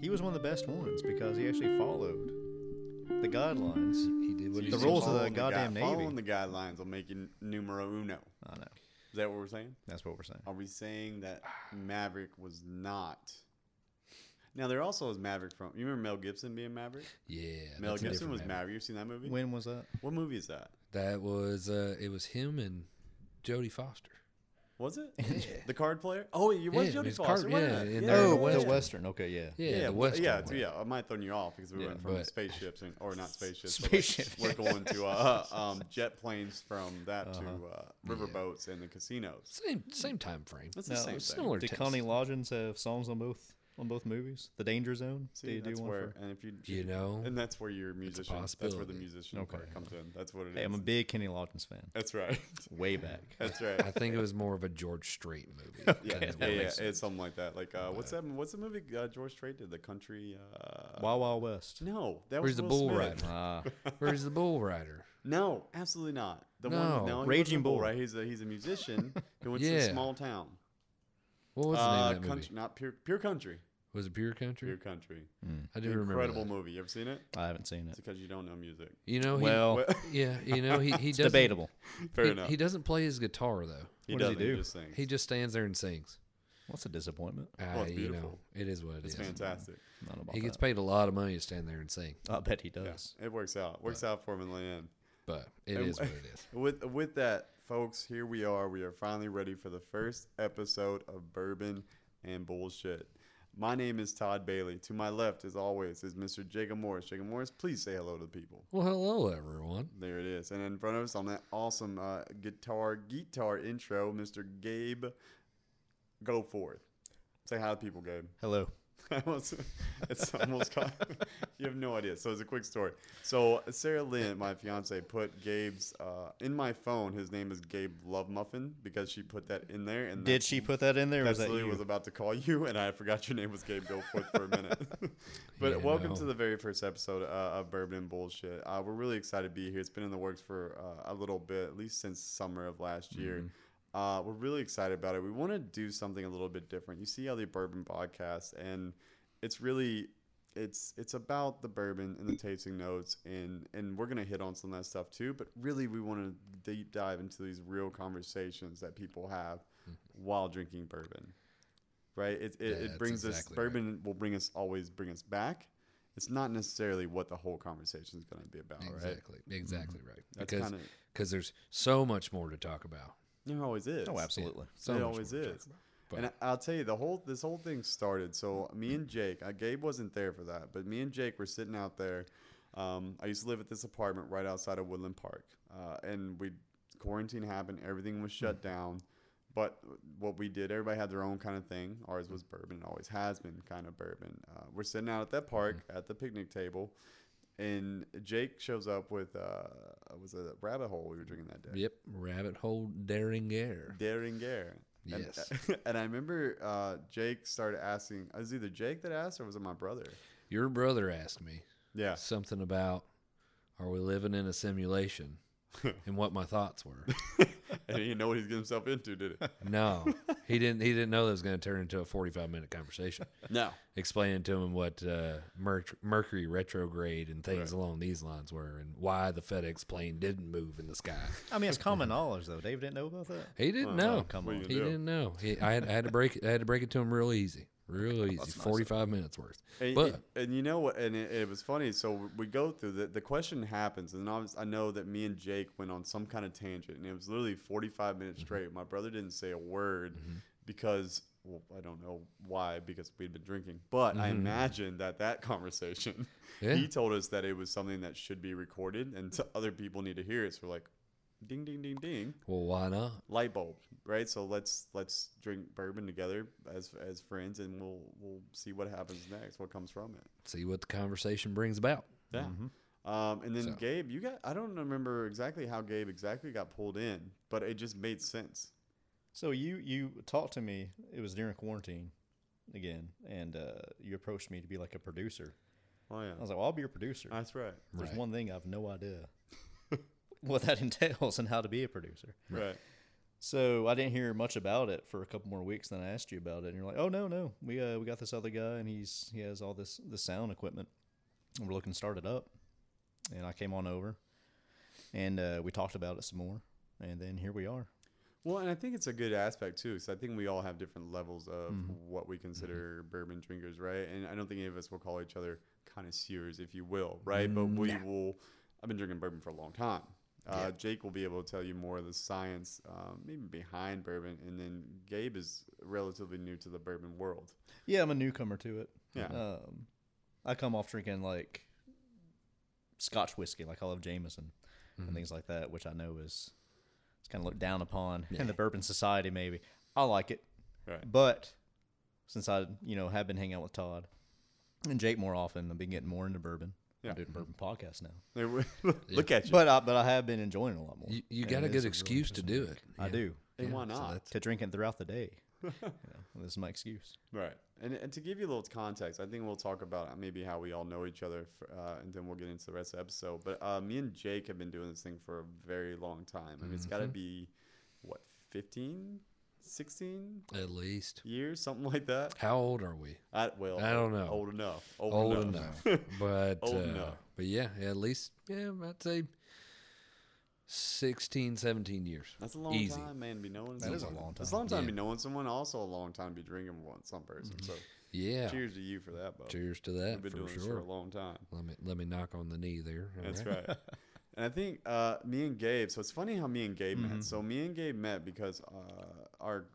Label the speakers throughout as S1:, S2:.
S1: He was one of the best ones because he actually followed the guidelines.
S2: He did what
S1: The
S2: he did.
S1: rules of the
S2: Following
S1: God- goddamn
S3: gui-
S1: Navy.
S3: Following the guidelines will make you numero uno.
S1: I know.
S3: Is that what we're saying?
S1: That's what we're saying.
S3: Are we saying that Maverick was not? Now there also is Maverick from. You remember Mel Gibson being Maverick?
S2: Yeah,
S3: Mel
S2: that's a
S3: Gibson
S2: different
S3: was
S2: man.
S3: Maverick. You've seen that movie?
S1: When was that?
S3: What movie is that?
S2: That was uh, it was him and Jodie Foster.
S3: Was it the card player? Oh, it was
S2: Yeah, it
S3: Jodie
S2: was
S3: Foster.
S2: card-
S3: wasn't
S2: yeah,
S3: it?
S2: in
S3: yeah,
S2: there.
S3: it
S1: Oh,
S3: was.
S1: the Western. Okay, yeah.
S2: Yeah,
S3: Yeah,
S2: the
S3: but-
S2: Western.
S3: yeah,
S2: one.
S3: yeah. I might have thrown you off because we
S1: Yeah,
S3: went from
S2: but-
S3: spaceships and or not spaceships.
S1: Spaceship.
S3: But like, we're going to uh, um, jet planes from that to uh,
S2: Uh-huh. Yeah.
S3: riverboats and the casinos.
S2: Same same time frame.
S3: That's
S1: No,
S3: the same
S1: it's
S3: thing.
S2: Similar.
S1: Did
S2: text.
S1: Connie Lodgens have songs on both on both movies? The Danger Zone.
S3: See,
S1: Did he
S3: that's
S1: do one
S3: where,
S1: for-
S3: and if you,
S2: You know,
S3: and that's where your musician, that's where the
S2: possibility.
S3: musician
S1: Okay.
S3: part comes in. That's what it is.
S1: Hey, I'm a big Kenny Loggins fan.
S3: That's right.
S1: Way back.
S3: That's
S2: I
S3: right.
S2: think it was more of a George Strait movie. than
S3: Yeah,
S2: it
S3: yeah, yeah,
S2: was-
S3: it's something like that. Like, uh, what's that? What's the movie uh, George Strait did? The country. Uh,
S1: Wild Wild West.
S3: No, that
S2: Where's
S3: was
S2: the
S3: Will
S2: bull
S3: Smith.
S2: rider?
S1: Ah,
S2: Where's the bull rider?
S3: No, absolutely not. The
S2: No.
S3: one, no, he wasn't
S1: Raging
S3: a bull,
S1: Bull.
S3: right? He's a he's a musician who went to a
S2: Yeah.
S3: small town.
S2: What was the name
S3: uh,
S2: of that movie?
S3: country, not pure, pure country.
S2: Was it Pure Country?
S3: Pure country.
S2: I do remember.
S3: Incredible
S2: that.
S3: movie. You ever seen it?
S1: I haven't seen
S3: It's
S1: it.
S3: because you don't know music.
S2: You know, he,
S1: Well,
S3: Well,
S2: yeah, you know, he he
S1: it's
S2: doesn't.
S1: debatable.
S3: fair
S2: he,
S3: enough.
S2: he doesn't play his guitar though.
S3: He
S1: What does he
S3: doesn't,
S1: do?
S3: just sings.
S2: He just stands there and sings.
S1: What's a disappointment?
S2: Uh,
S3: Well, Oh, it's
S2: you know,
S3: beautiful.
S2: it is what it
S3: it's
S2: is.
S3: fantastic.
S1: I don't know about
S2: He gets
S1: that.
S2: paid a lot of money to stand there and sing,
S1: I bet he
S3: Yeah,
S1: does.
S3: it works out. Works out for him in the end.
S2: but it
S3: And
S2: is what it is.
S3: With with that, folks, here we are. We are finally ready for the first episode of Bourbon and Bullshit. My name is Todd Bailey. To my left, as always, is Mr. Jacob Morris. Jacob Morris, please say hello to the people.
S2: Well, hello everyone.
S3: There it is. And in front of us on that awesome uh, guitar guitar intro, Mr. Gabe Go forth. Say hi to people, Gabe.
S1: Hello.
S3: I was- it's almost caught. you have no idea. So it's a quick story. So uh, Sarah Lynn, my fiance, put Gabe's uh, in my phone. His name is Gabe Love Muffin because she put that in there. And
S1: Did
S3: that's-
S1: she put that in there? or
S3: that's
S1: Was that
S3: literally
S1: you?
S3: was about to call you, and I forgot your name was Gabe Goforth for a minute. but
S2: Yeah,
S3: welcome
S2: no.
S3: to the very first episode uh, of Bourbon and Bullshit. Uh, we're really excited to be here. It's been in the works for uh, a little bit, at least since summer of last year. Uh, we're really excited about it. We want to do something a little bit different. You see how the bourbon podcast, and it's really it's it's about the bourbon and the tasting notes and and we're gonna hit on some of that stuff too but really we want to deep dive into these real conversations that people have while drinking bourbon right it, it,
S2: Mm-hmm. Yeah,
S3: it
S2: that's
S3: brings us
S2: exactly right.
S3: bourbon will bring us always bring us back it's not necessarily what the whole conversation is going to be about right Mm-hmm.
S2: Exactly, exactly right.
S3: That's
S2: because
S3: kinda-
S2: because there's so much more to talk about.
S3: there always is
S1: Oh, absolutely.
S2: So
S3: it
S2: much
S3: always
S2: more to talk
S3: is.
S2: about.
S3: And I- I'll tell you, the whole this whole thing started. So me and Jake, uh, Gabe wasn't there for that, but me and Jake were sitting out there. Um, I used to live at this apartment right outside of Woodland Park, uh, and we quarantine happened. Everything was
S2: Mm.
S3: shut down. But what we did, everybody had their own kind of thing. Ours was bourbon. It always has been kind of bourbon. Uh, we're sitting out at that park at the picnic table, and Jake shows up with uh, it was a rabbit hole we were drinking that day.
S2: Yep, rabbit hole daring air.
S3: Derringer.
S2: Yes.
S3: And, and I remember uh, Jake started asking, it was either Jake that asked or was it my brother?
S2: Your brother asked me
S3: Yeah.
S2: something about are we living in a simulation and what my thoughts were.
S3: and he didn't know what he's getting himself into, did it?
S2: No, he didn't. He didn't know that was going to turn into a forty-five minute conversation,
S3: No.
S2: explaining to him what uh, merc- Mercury retrograde and things along these lines were, and why the FedEx plane didn't move in the sky.
S1: I mean, it's common knowledge though. Dave didn't know about that.
S2: He didn't
S3: Well,
S2: know.
S1: come
S3: what are
S1: on.
S3: you
S2: He
S3: gonna do?
S2: didn't know. He, I, had, I had to break. it- I had to break it to him real easy, real easy. Forty-five minutes worth.
S3: And,
S2: But
S3: and you know what? And it, it was funny. So we go through the, the question happens, and obvious- I know that me and Jake went on some kind of tangent, and it was literally 45 minutes
S2: Mm-hmm.
S3: straight. My brother didn't say a word because. Well, I don't know why, because we'd been drinking. But
S2: Mm-hmm.
S3: I imagine that that conversation,
S2: Yeah.
S3: he told us that it was something that should be recorded and t- other people need to hear it. So we're like, ding, ding, ding, ding
S2: well, why not?
S3: light bulb, right? So let's let's drink bourbon together as as friends, and we'll we'll see what happens next, what comes from it.
S2: See what the conversation brings about.
S3: Yeah. Um, and then
S2: Mm-hmm. So-
S3: Gabe, you got I don't remember exactly how Gabe exactly got pulled in, but it just made sense.
S1: So you you talked to me. It was during quarantine, again, and uh, you approached me to be like a producer.
S3: Oh yeah,
S1: I was like, well, I'll be your producer.
S3: that's right.
S1: There's
S2: Right.
S1: one thing I've no idea what that entails and how to be a producer.
S3: Right.
S1: So I didn't hear much about it for a couple more weeks. Then I asked you about it, and you're like, "Oh no, no, we uh, we got this other guy, and he's he has all this the sound equipment, and we're looking to start it up." And I came on over, and uh, we talked about it some more, and then here we are.
S3: Well, and I think it's a good aspect too, because I think we all have different levels of
S2: Mm-hmm.
S3: what we consider bourbon drinkers, right? And I don't think any of us will call each other connoisseurs, if you will, right? But we will. I've been drinking bourbon for a long time. Uh, Jake will be able to tell you more of the science, um, maybe behind bourbon, and then Gabe is relatively new to the bourbon world.
S1: Yeah, I'm a newcomer to it.
S3: Yeah.
S1: Um, I come off drinking like Scotch whiskey, like I love Jameson
S3: Mm-hmm.
S1: and things like that, which I know is it's kind of looked down upon in the bourbon society. Maybe I like it,
S3: Right.
S1: but since I you know have been hanging out with Todd and Jake more often, I've been getting more into bourbon.
S3: Yeah. Mm-hmm.
S1: I'm doing bourbon podcasts now,
S3: Look at you.
S1: but I, but I have been enjoying it a lot more.
S2: You, you
S1: And
S2: got a
S1: it
S2: good
S1: is
S2: excuse to do it.
S1: I do
S3: and
S2: Yeah,
S3: why
S2: so
S3: not?
S2: that's-
S1: to drink it throughout the day. You know, this is my excuse.
S3: Right. And, and to give you a little context, I think we'll talk about maybe how we all know each other, for, uh, and then we'll get into the rest of the episode. But uh, me and Jake have been doing this thing for a very long time. I mean, it's got
S2: Mm-hmm.
S3: to be, what, 15, 16
S2: At least.
S3: years, something like that?
S2: How old are we?
S3: I, well,
S2: I don't know.
S3: Old enough. Old,
S2: Old
S3: enough.
S2: enough. But
S3: Old
S2: uh,
S3: enough.
S2: but yeah, at least yeah, I'd say 16, 17 years.
S3: That's a long
S2: Easy.
S3: time, man, to be knowing
S1: That is a
S3: someone.
S1: long
S3: It's a
S1: time.
S3: long time to
S2: Yeah. Mm-hmm.
S3: be knowing someone, also a long time to be drinking with some person. So
S2: Yeah. Cheers,
S3: cheers to you for that, bud.
S2: to
S3: We've
S2: that
S3: been
S2: for
S3: doing
S2: sure.
S3: this for a long time.
S2: Let me let me knock on the knee there. All
S3: That's right. And I think uh, me and Gabe. So it's funny how me and Gabe
S1: Mm-hmm.
S3: met. So me and Gabe met because uh, our,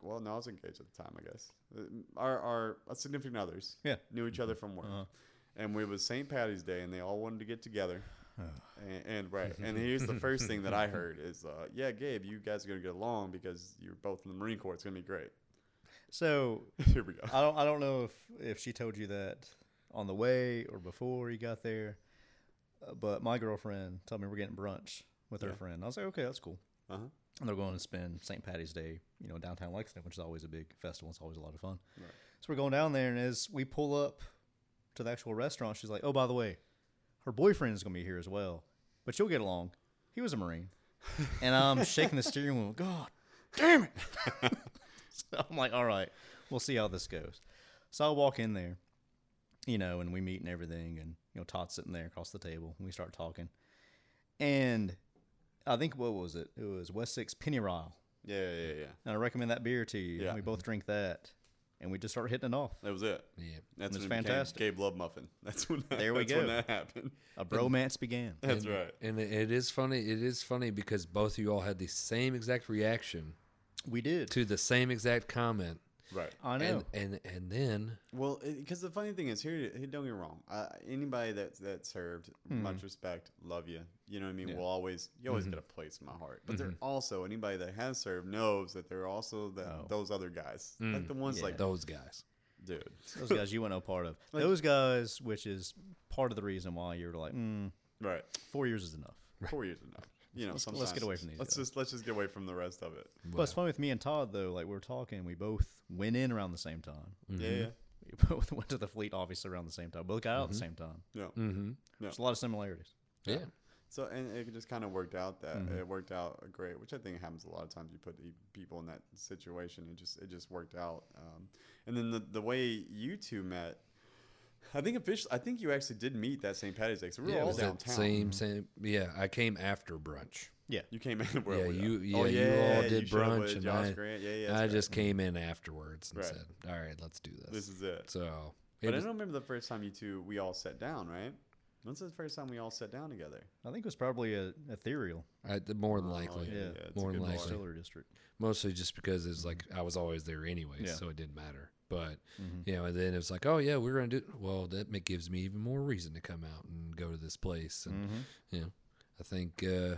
S3: well, no, I was engaged at the time, I guess. Uh, Our our significant others
S1: Yeah. Uh-huh.
S3: knew each other from work, and we it was St. Patty's Day, and they all wanted to get together.
S1: Oh.
S3: And, and right, and here's the first thing that I heard is, uh, yeah, Gabe, you guys are gonna get along because you're both in the Marine Corps. It's gonna be great.
S1: So
S3: Here we go.
S1: I don't I don't know if if she told you that on the way or before you got there, uh, but my girlfriend told me we're getting brunch with her
S3: Yeah.
S1: friend. I was like, okay, that's cool.
S3: Uh huh.
S1: And they're going to spend St. Patty's Day, you know, downtown Lexington, which is always a big festival. It's always a lot of fun.
S3: Right.
S1: So we're going down there, and as we pull up to the actual restaurant, she's like, oh, by the way, her boyfriend's going to be here as well, but you'll get along. He was a Marine. And I'm shaking the steering wheel. God damn it. so I'm like, all right, we'll see how this goes. So I walk in there, you know, and we meet and everything. And, you know, Todd's sitting there across the table, and we start talking. And I think, what was it? It was West Six Penny Ryle.
S3: Yeah, yeah, yeah.
S1: And I recommend that beer to you.
S3: Yeah.
S1: And we both drink that. And we just start hitting it off.
S3: That was it.
S2: Yeah.
S3: That's
S1: was
S3: when it became
S1: fantastic.
S3: Gabe Love Muffin. That's when.
S1: There we
S3: that's
S1: go.
S3: When that happened.
S1: A bromance began.
S3: That's
S2: And-
S3: right.
S2: And it- it is funny. It is funny because both of you all had the same exact reaction
S1: We did.
S2: to the same exact comment.
S3: Right.
S1: I know.
S2: And and and then
S3: Well, because the funny thing is, here, it- here, don't get me wrong. Uh, anybody that that served,
S1: Mm-hmm.
S3: much respect, love you. You know what I mean. Will always, you always get a place in my heart. But
S1: Mm-hmm.
S3: there also anybody that has served knows that there are also that
S1: Oh.
S3: those other guys,
S1: Mm,
S3: like the ones like,
S2: those guys.
S3: dude,
S1: Those guys you were no part of. Those guys, which is part of the reason why you're like, mm,
S3: right?
S1: four years is enough.
S3: Four years enough. You know,
S1: Let's-
S3: sometimes
S1: let's get away from these
S3: Let's
S1: guys.
S3: just let's just get away from the rest of it.
S1: But it's funny with me and Todd, though. Like, we were talking, we both went in around the same time.
S3: Yeah, yeah,
S1: We both went to the fleet, obviously, around the same time. Both got out at the same time.
S3: no.
S2: Mm-hmm.
S1: There's a lot of similarities.
S2: Yeah.
S3: So and it just kind of worked out that
S2: Mm-hmm.
S3: it worked out great, which I think happens a lot of times. You put the people in that situation, it just it just worked out. Um, and then the the way you two met, I think officially, I think you actually did meet that St. Patty's Day. So we were
S2: it
S3: all
S2: was that
S3: downtown. Mm-hmm.
S2: Same same. Yeah. I came after brunch.
S1: Yeah.
S3: You came in where
S2: yeah.
S3: we
S2: You
S3: are.
S2: yeah,
S3: Oh,
S2: You all
S3: you
S2: did
S3: showed up
S2: brunch
S3: with
S2: and
S3: Josh
S2: I,
S3: Grant. Yeah, yeah.
S2: I
S3: that's right. Mm-hmm.
S2: just came in afterwards and
S3: Right.
S2: said, "All right, let's do this."
S3: this is it.
S2: so.
S3: But
S2: It
S3: I
S2: was,
S3: don't remember the first time you two we all sat down, right? When's the first time we all sat down together?
S1: I think it was probably a ethereal
S2: I, more than
S3: Oh,
S2: likely,
S3: yeah, yeah, it's a
S2: more than
S3: good bar.
S2: likely,
S1: distillery district.
S2: mostly just because it's like
S3: Mm-hmm.
S2: I was always there anyway,
S1: Yeah.
S2: so it didn't matter. But you know, and then it was like, oh yeah, we're gonna do. Well, that ma- gives
S1: Mm-hmm.
S2: me even more reason to come out and go to this place, and you know, I think uh,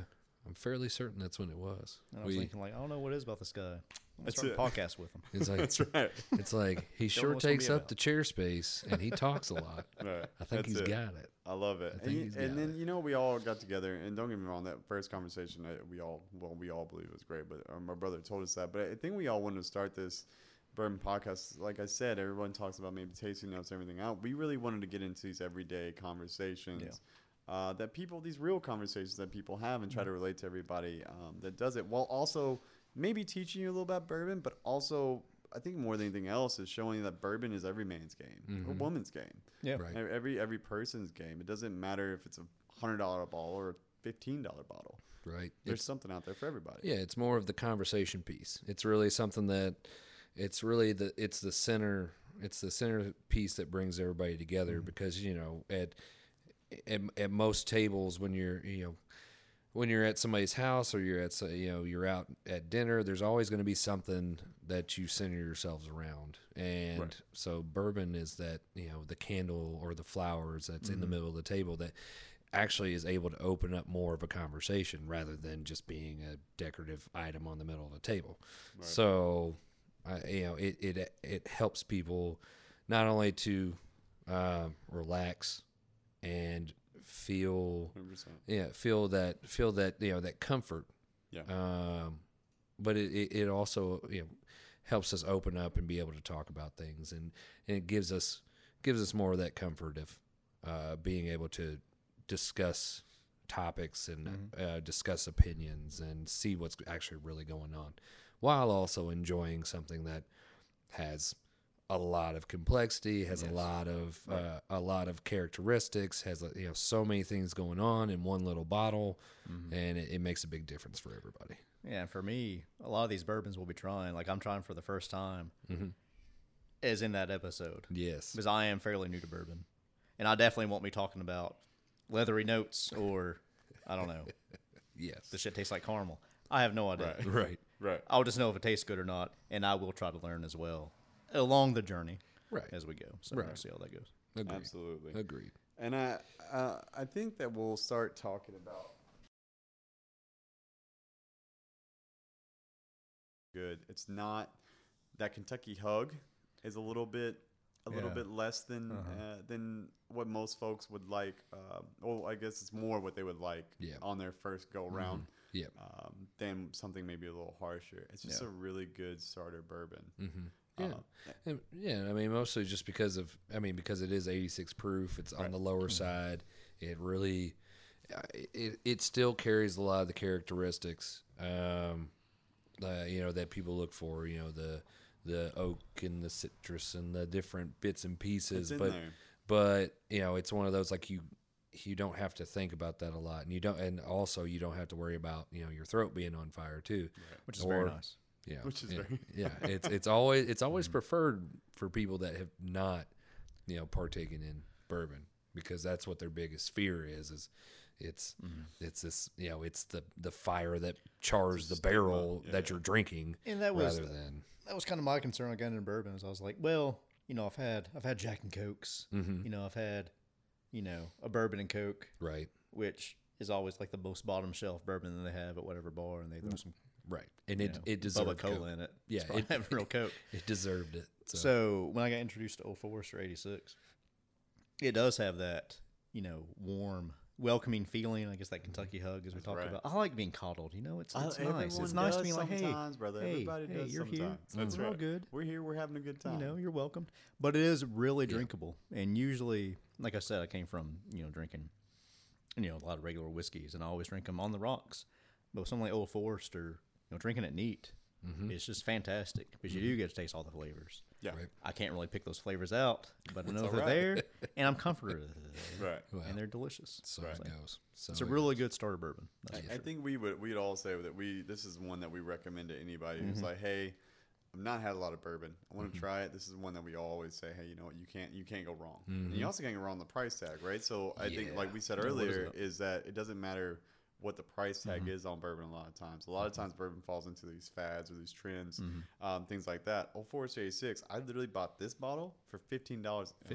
S2: I'm fairly certain that's when it was.
S1: And I was
S2: We,
S1: thinking, like, I don't know what it is about this guy. I
S3: That's
S1: started a
S3: it.
S1: podcast with him.
S2: it's like
S3: That's right.
S2: it's like he
S1: know
S2: sure
S1: what's gonna
S2: takes
S1: be
S2: up
S1: about.
S2: the chair space and he talks a lot.
S3: Right.
S2: I think
S3: That's
S2: he's
S3: it.
S2: got it.
S3: I love it.
S2: I
S3: and
S2: think
S3: you-
S2: he's got
S3: and then
S2: it.
S3: you know we all got together, and don't get me wrong, that first conversation I, we all well we all believe was great, but uh, my brother told us that. But I think we all wanted to start this bourbon podcast. Like I said, everyone talks about maybe tasting notes and everything out. We really wanted to get into these everyday conversations. Uh, that people, these real conversations that people have, and try
S2: Mm-hmm.
S3: to relate to everybody um, that does it, while also maybe teaching you a little about bourbon, but also I think more than anything else is showing that bourbon is every man's game, or
S2: Mm-hmm.
S3: woman's game.
S1: Yeah.
S2: Right.
S3: Ev- Every every person's game. It doesn't matter if it's a hundred dollar bottle or a fifteen dollar bottle.
S2: Right.
S3: There's something out there for everybody.
S2: Yeah, it's more of the conversation piece. It's really something that it's really the it's the center it's the center piece that brings everybody together
S1: Mm-hmm.
S2: because you know at, at at most tables when you're you know when you're at somebody's house or you're at so- you know you're out at dinner there's always going to be something that you center yourselves around and so bourbon is that you know the candle or the flowers that's in the middle of the table that actually is able to open up more of a conversation rather than just being a decorative item on the middle of the table so I, you know it, it it helps people not only to um, relax and feel
S3: 100%.
S2: yeah feel that feel that you know that comfort
S3: Yeah.
S2: um but it it, it also you know helps us open up and be able to talk about things and, and it gives us gives us more of that comfort of uh being able to discuss topics and uh, discuss opinions and see what's actually really going on while also enjoying something that has a lot of complexity, has a lot of uh, a lot of characteristics, has uh, you know so many things going on in one little bottle, and it, it makes a big difference for everybody.
S1: Yeah, and for me, a lot of these bourbons we'll be trying, like I'm trying for the first time,
S2: Mm-hmm.
S1: is in that episode
S2: Yes,
S1: because I am fairly new to bourbon, and I definitely won't be talking about leathery notes or I don't know,
S2: yes,
S1: the shit tastes like caramel. I have no idea.
S2: right,
S3: Right.
S1: I'll just know if it tastes good or not, and I will try to learn as well along the journey
S2: right.
S1: as we go. So we'll see how that goes.
S2: Agreed.
S3: Absolutely.
S2: Agreed.
S3: And I uh, I think that we'll start talking about good. It's not that Kentucky hug is a little bit a little
S1: Yeah.
S3: bit less than uh than what most folks would like. Uh, well, I guess it's more what they would like
S2: Yeah. Mm-hmm.
S3: on their first go round.
S2: Yeah.
S3: um, than something maybe a little harsher. It's just a really good starter bourbon. Um,
S2: Yeah. And- yeah, I mean, mostly just because of, I mean, because it is 86 proof, it's on the
S3: Mm-hmm.
S2: lower side. It really, uh, it, it still carries a lot of the characteristics, um, uh, you know, that people look for, you know, the, the oak and the citrus and the different bits and pieces.
S3: It's in
S2: but,
S3: there.
S2: but, you know, it's one of those like you, you don't have to think about that a lot. And you don't, and also you don't have to worry about, you know, your throat being on fire too.
S1: Which is very
S2: Or-
S1: nice.
S2: Yeah,
S3: Which is
S2: yeah,
S3: very- Mm-hmm.
S2: yeah. It's it's always it's always preferred for people that have not, you know, partaken in bourbon because that's what their biggest fear is is it's
S3: Mm-hmm.
S2: it's this you know it's the the fire that chars the barrel that you're drinking
S1: And that was
S2: rather than
S1: that was kind of my concern again in bourbon is I was like, well, you know, I've had I've had Jack and Cokes, you know, I've had, you know, a bourbon and Coke,
S2: right
S1: which is always like the most bottom shelf bourbon that they have at whatever bar, and they throw some
S2: right and
S1: you
S2: it
S1: know,
S2: it
S1: Bubba
S2: deserved
S1: Cola
S2: Coke.
S1: in it.
S2: Yeah,
S1: it,
S2: it-
S1: have real Coke.
S2: it deserved it so,
S1: So when I got introduced to Old Forester '86, it does have that you know warm, welcoming feeling. I guess that Kentucky hug, as we talked
S3: right.
S1: about. I like being coddled. You know, it's,
S3: I-
S1: it's nice. It's
S3: everyone
S1: nice to
S3: does
S1: be like, hey,
S3: sometimes, brother.
S1: hey,
S3: Everybody
S1: hey,
S3: does
S1: you're here.
S3: sometimes. That's
S1: We're all
S3: right.
S1: good.
S3: We're here. We're having a good time.
S1: you know, you're welcome. But it is really drinkable, and usually, like I said, I came from you know drinking, you know, a lot of regular whiskeys, and I always drink them on the rocks. But with something like Old Forester, you know, drinking it neat, it's just fantastic because you do get to taste all the flavors.
S3: yeah.
S2: Right.
S1: I can't really pick those flavors out, but I know they're
S3: all
S1: there, and I'm comfortable with
S3: Right.
S1: them, and they're delicious.
S2: so it goes so
S1: It's a
S2: it-
S1: really good starter bourbon. That's
S3: I think we would we'd all say that we this is one that we recommend to anybody who's like, hey, I've not had a lot of bourbon. I want to try it. This is one that we always say, hey, you know what? You can't you can't go wrong. And you also can't go wrong on the price tag, right? So I think like we said earlier is that it doesn't matter what the price tag is on bourbon a lot of times. A lot of times bourbon falls into these fads or these trends, um, things like that. Old Forester 86, I literally bought this bottle for $15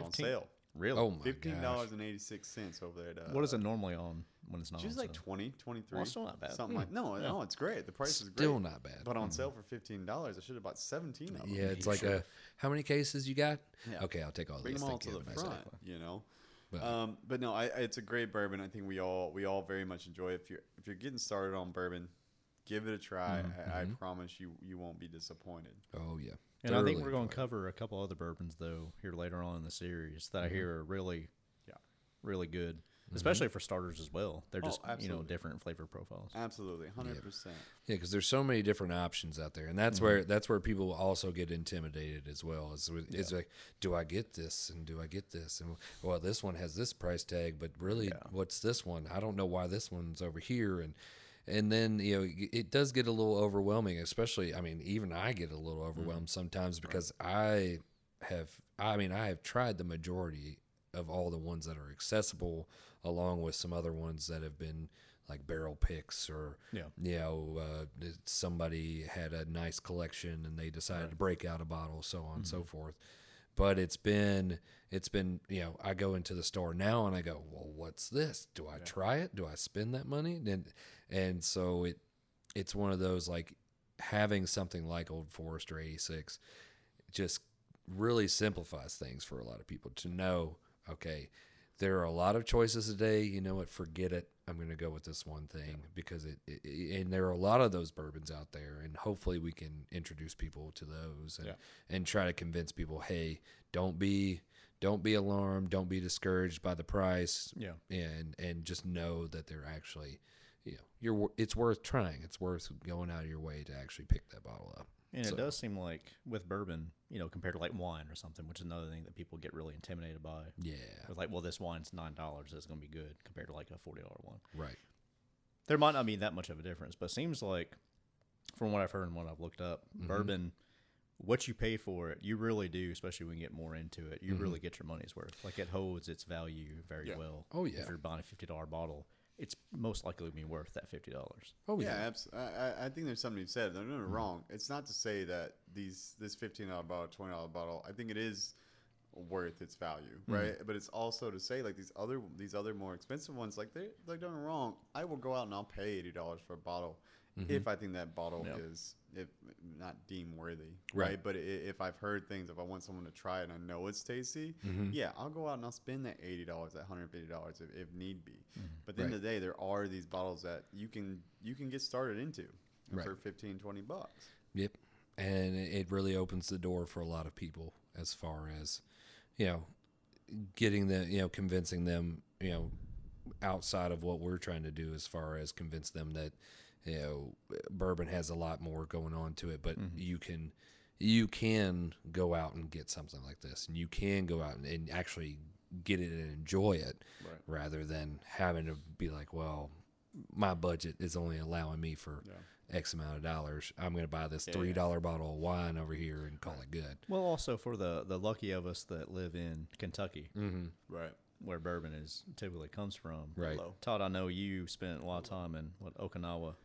S3: on sale.
S1: really.
S2: oh my
S3: $15.86
S2: gosh
S3: over there at uh,
S1: what is it normally on? when
S2: Oh,
S1: it's not.
S3: She's
S1: on
S3: like
S1: sale.
S3: 20, 23.
S1: still not bad.
S3: Something like no, no, it's great. The price is great.
S2: Hmm. Still not bad. Hmm.
S3: But on sale for fifteen dollars, I should have bought seventeen of them.
S2: yeah, it's like
S1: sure.
S2: a how many cases you got?
S3: Yeah.
S2: Okay, I'll take all
S3: bring
S2: these.
S3: them all
S2: Thank
S3: to
S2: you.
S3: the
S2: Have a nice day.
S3: front. You know,
S2: But-
S3: um, but no, I, I- it's a great bourbon. I think we all we all very much enjoy. It. If you're if you're getting started on bourbon, give it a try.
S2: Mm,
S3: I,
S2: mm-hmm.
S3: I promise you you won't be disappointed.
S2: Oh yeah.
S1: And I think
S2: Thoroughly
S1: we're going
S2: enjoyed.
S1: to cover a couple other bourbons though here later on in the series that I hear are really,
S3: Yeah.
S1: really good, especially for starters as well. They're
S3: Oh,
S1: just you know
S3: absolutely.
S1: different flavor profiles.
S3: Absolutely, hundred percent.
S2: Yeah, because there's so many different options out there, and that's where that's where people also get intimidated as well. Is with is like, do I get this and do I get this and well, this one has this price tag, but really, what's this one? I don't know why this one's over here, and and then you know it- it does get a little overwhelming, especially. I mean, even I get a little overwhelmed sometimes because I have, I mean, I have tried the majority of all the ones that are accessible, along with some other ones that have been like barrel picks or
S1: Yeah.
S2: you know, uh, that somebody had a nice collection and they decided to break out a bottle, so on and so forth. But it's been, it's been, you know, I go into the store now and I go, well, what's this? Do I try it? Do I spend that money? And and so it, it's one of those like having something like Old Forester '86 just really simplifies things for a lot of people to know. Okay, there are a lot of choices today. You know what? Forget it. I'm going to go with this one thing because it, it- it- And there are a lot of those bourbons out there, and hopefully we can introduce people to those and
S3: Yeah.
S2: and try to convince people. Hey, don't be don't be alarmed. Don't be discouraged by the price
S1: Yeah.
S2: and and just know that they're actually you know you're wor- it's worth trying it's worth going out of your way to actually pick that bottle up
S1: And it does seem like with bourbon, you know, compared to like wine or something, which is another thing that people get really intimidated by.
S2: yeah
S1: They're like, well, this wine's nine dollars. It's going to be good compared to like a forty dollar one.
S2: right
S1: There might not be that much of a difference, but it seems like, from what I've heard and what I've looked up, bourbon, what you pay for it, you really do. Especially when you get more into it, you really get your money's worth. Like it holds its value very
S3: Yeah.
S1: well.
S2: Oh, yeah.
S1: If you're buying a fifty dollar bottle, it's most likely to be worth that fifty dollars.
S2: oh Mm-hmm.
S3: yeah, abs- I, I- I think there's something you said. Don't get me wrong. It's not to say that these this fifteen dollar bottle, twenty dollar bottle. I think it is worth its value, right? But it's also to say like these other these other more expensive ones, like they like don't get me wrong. I will go out and I'll pay eighty dollars for a bottle if I think that bottle
S1: Yeah.
S3: is if not deem worthy,
S2: Right.
S3: right? But i if I've heard things, if I want someone to try it and I know it's tasty, yeah, I'll go out and I'll spend that eighty dollars, that hundred fifty dollars if, if need be. But at the end of the day, there are these bottles that you can you can get started into
S2: Right.
S3: for 15, 20 bucks.
S2: Yep. And it it really opens the door for a lot of people as far as, you know, getting the, you know, convincing them, you know, outside of what we're trying to do as far as convince them that, you know, bourbon has a lot more going on to it, but you can you can go out and get something like this and you can go out and, and actually get it and enjoy it
S3: Right.
S2: rather than having to be like, well, my budget is only allowing me for X amount of dollars. I'm going to buy this three dollar bottle of wine over here and call it good.
S1: Well, also for the the lucky of us that live in Kentucky,
S3: Right.
S1: where bourbon is typically comes from.
S2: Right.
S3: Hello.
S1: Todd, I know you spent a lot of time in what Okinawa.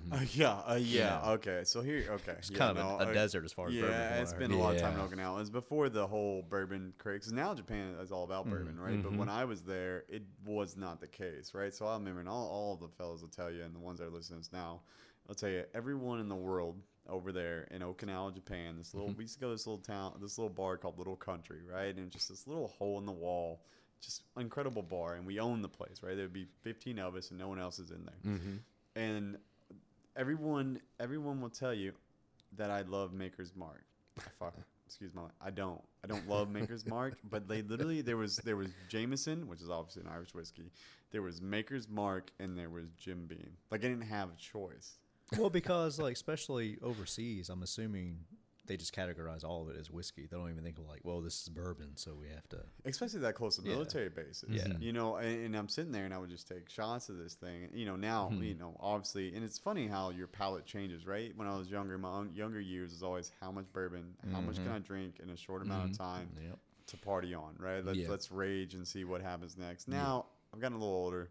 S3: yeah, uh, yeah. Okay. So here okay. It's
S1: Mm-hmm. kind of a- a desert as far as
S3: yeah,
S1: bourbon from what
S3: it's
S1: I
S3: been a long time in
S2: Yeah.
S3: Okinawa. It was before the whole bourbon craze. 'cause now Japan is all
S1: Mm-hmm,
S3: about bourbon, right? But when I was there, it was not the case, right? So I remember, and all, all of the fellas will tell you, and the ones that are listening to us now, I'll tell you, everyone in the world over there in Okinawa, Japan, this
S1: Mm-hmm.
S3: little, we used to go to this little town, this little bar called Little Country, right? And just this little hole in the wall, just incredible bar, and we owned the place, right? There'd be 15 of us, and no one else is in there.
S1: Mm-hmm.
S3: And everyone, everyone will tell you, that I love Maker's Mark. Fuck. Excuse my. I don't. I don't love Maker's Mark, but they literally there was there was Jameson, which is obviously an Irish whiskey. There was Maker's Mark, and there was Jim Beam. Like I didn't have a choice.
S1: Well, because like especially overseas, I'm assuming they just categorize all of it as whiskey. They don't even think of like, well, this is bourbon, so we have to.
S3: especially that close to military bases.
S1: Yeah.
S3: You know, and, and I'm sitting there and I would just take shots of this thing. You know, now, you know, obviously, and it's funny how your palate changes, right? When I was younger, my own younger years was always how much bourbon, how much can I drink in a short amount of time
S1: Yep.
S3: to party on, right? Let's,
S2: Yeah.
S3: let's rage and see what happens next. Now, I've gotten a little older.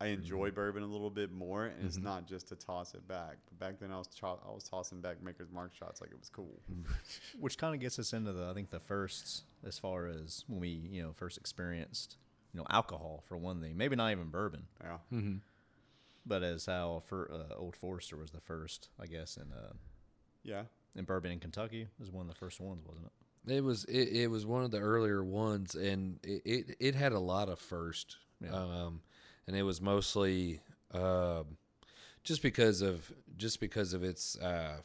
S3: I
S2: Mm-hmm.
S3: enjoy bourbon a little bit more, and it's not just to toss it back. But back then, I was cho- I was tossing back Maker's Mark shots like it was cool.
S2: Mm-hmm.
S1: Which kind of gets us into the I think the firsts as far as
S2: Mm-hmm.
S1: when we you know first experienced you know alcohol for one thing, maybe not even bourbon,
S3: Yeah,
S1: but as how for uh, Old Forester was the first, I guess, in uh,
S3: Yeah.
S1: in Bourbon in Kentucky was one of the first ones, wasn't it?
S2: It was it, it was one of the earlier ones, and it it, it had a lot of first,
S1: Yeah.
S2: um, and it was mostly um, just because of just because of its. Uh,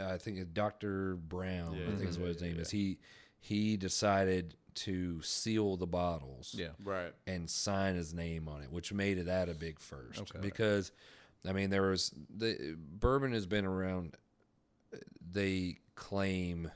S2: I think Doctor Brown, I
S3: Yeah,
S2: think
S3: yeah,
S2: is what his
S3: yeah,
S2: name is. He he decided to seal the bottles,
S3: Right.
S2: and sign his name on it, which made it out a big first
S1: Okay.
S2: because, I mean, there was the bourbon has been around. They claim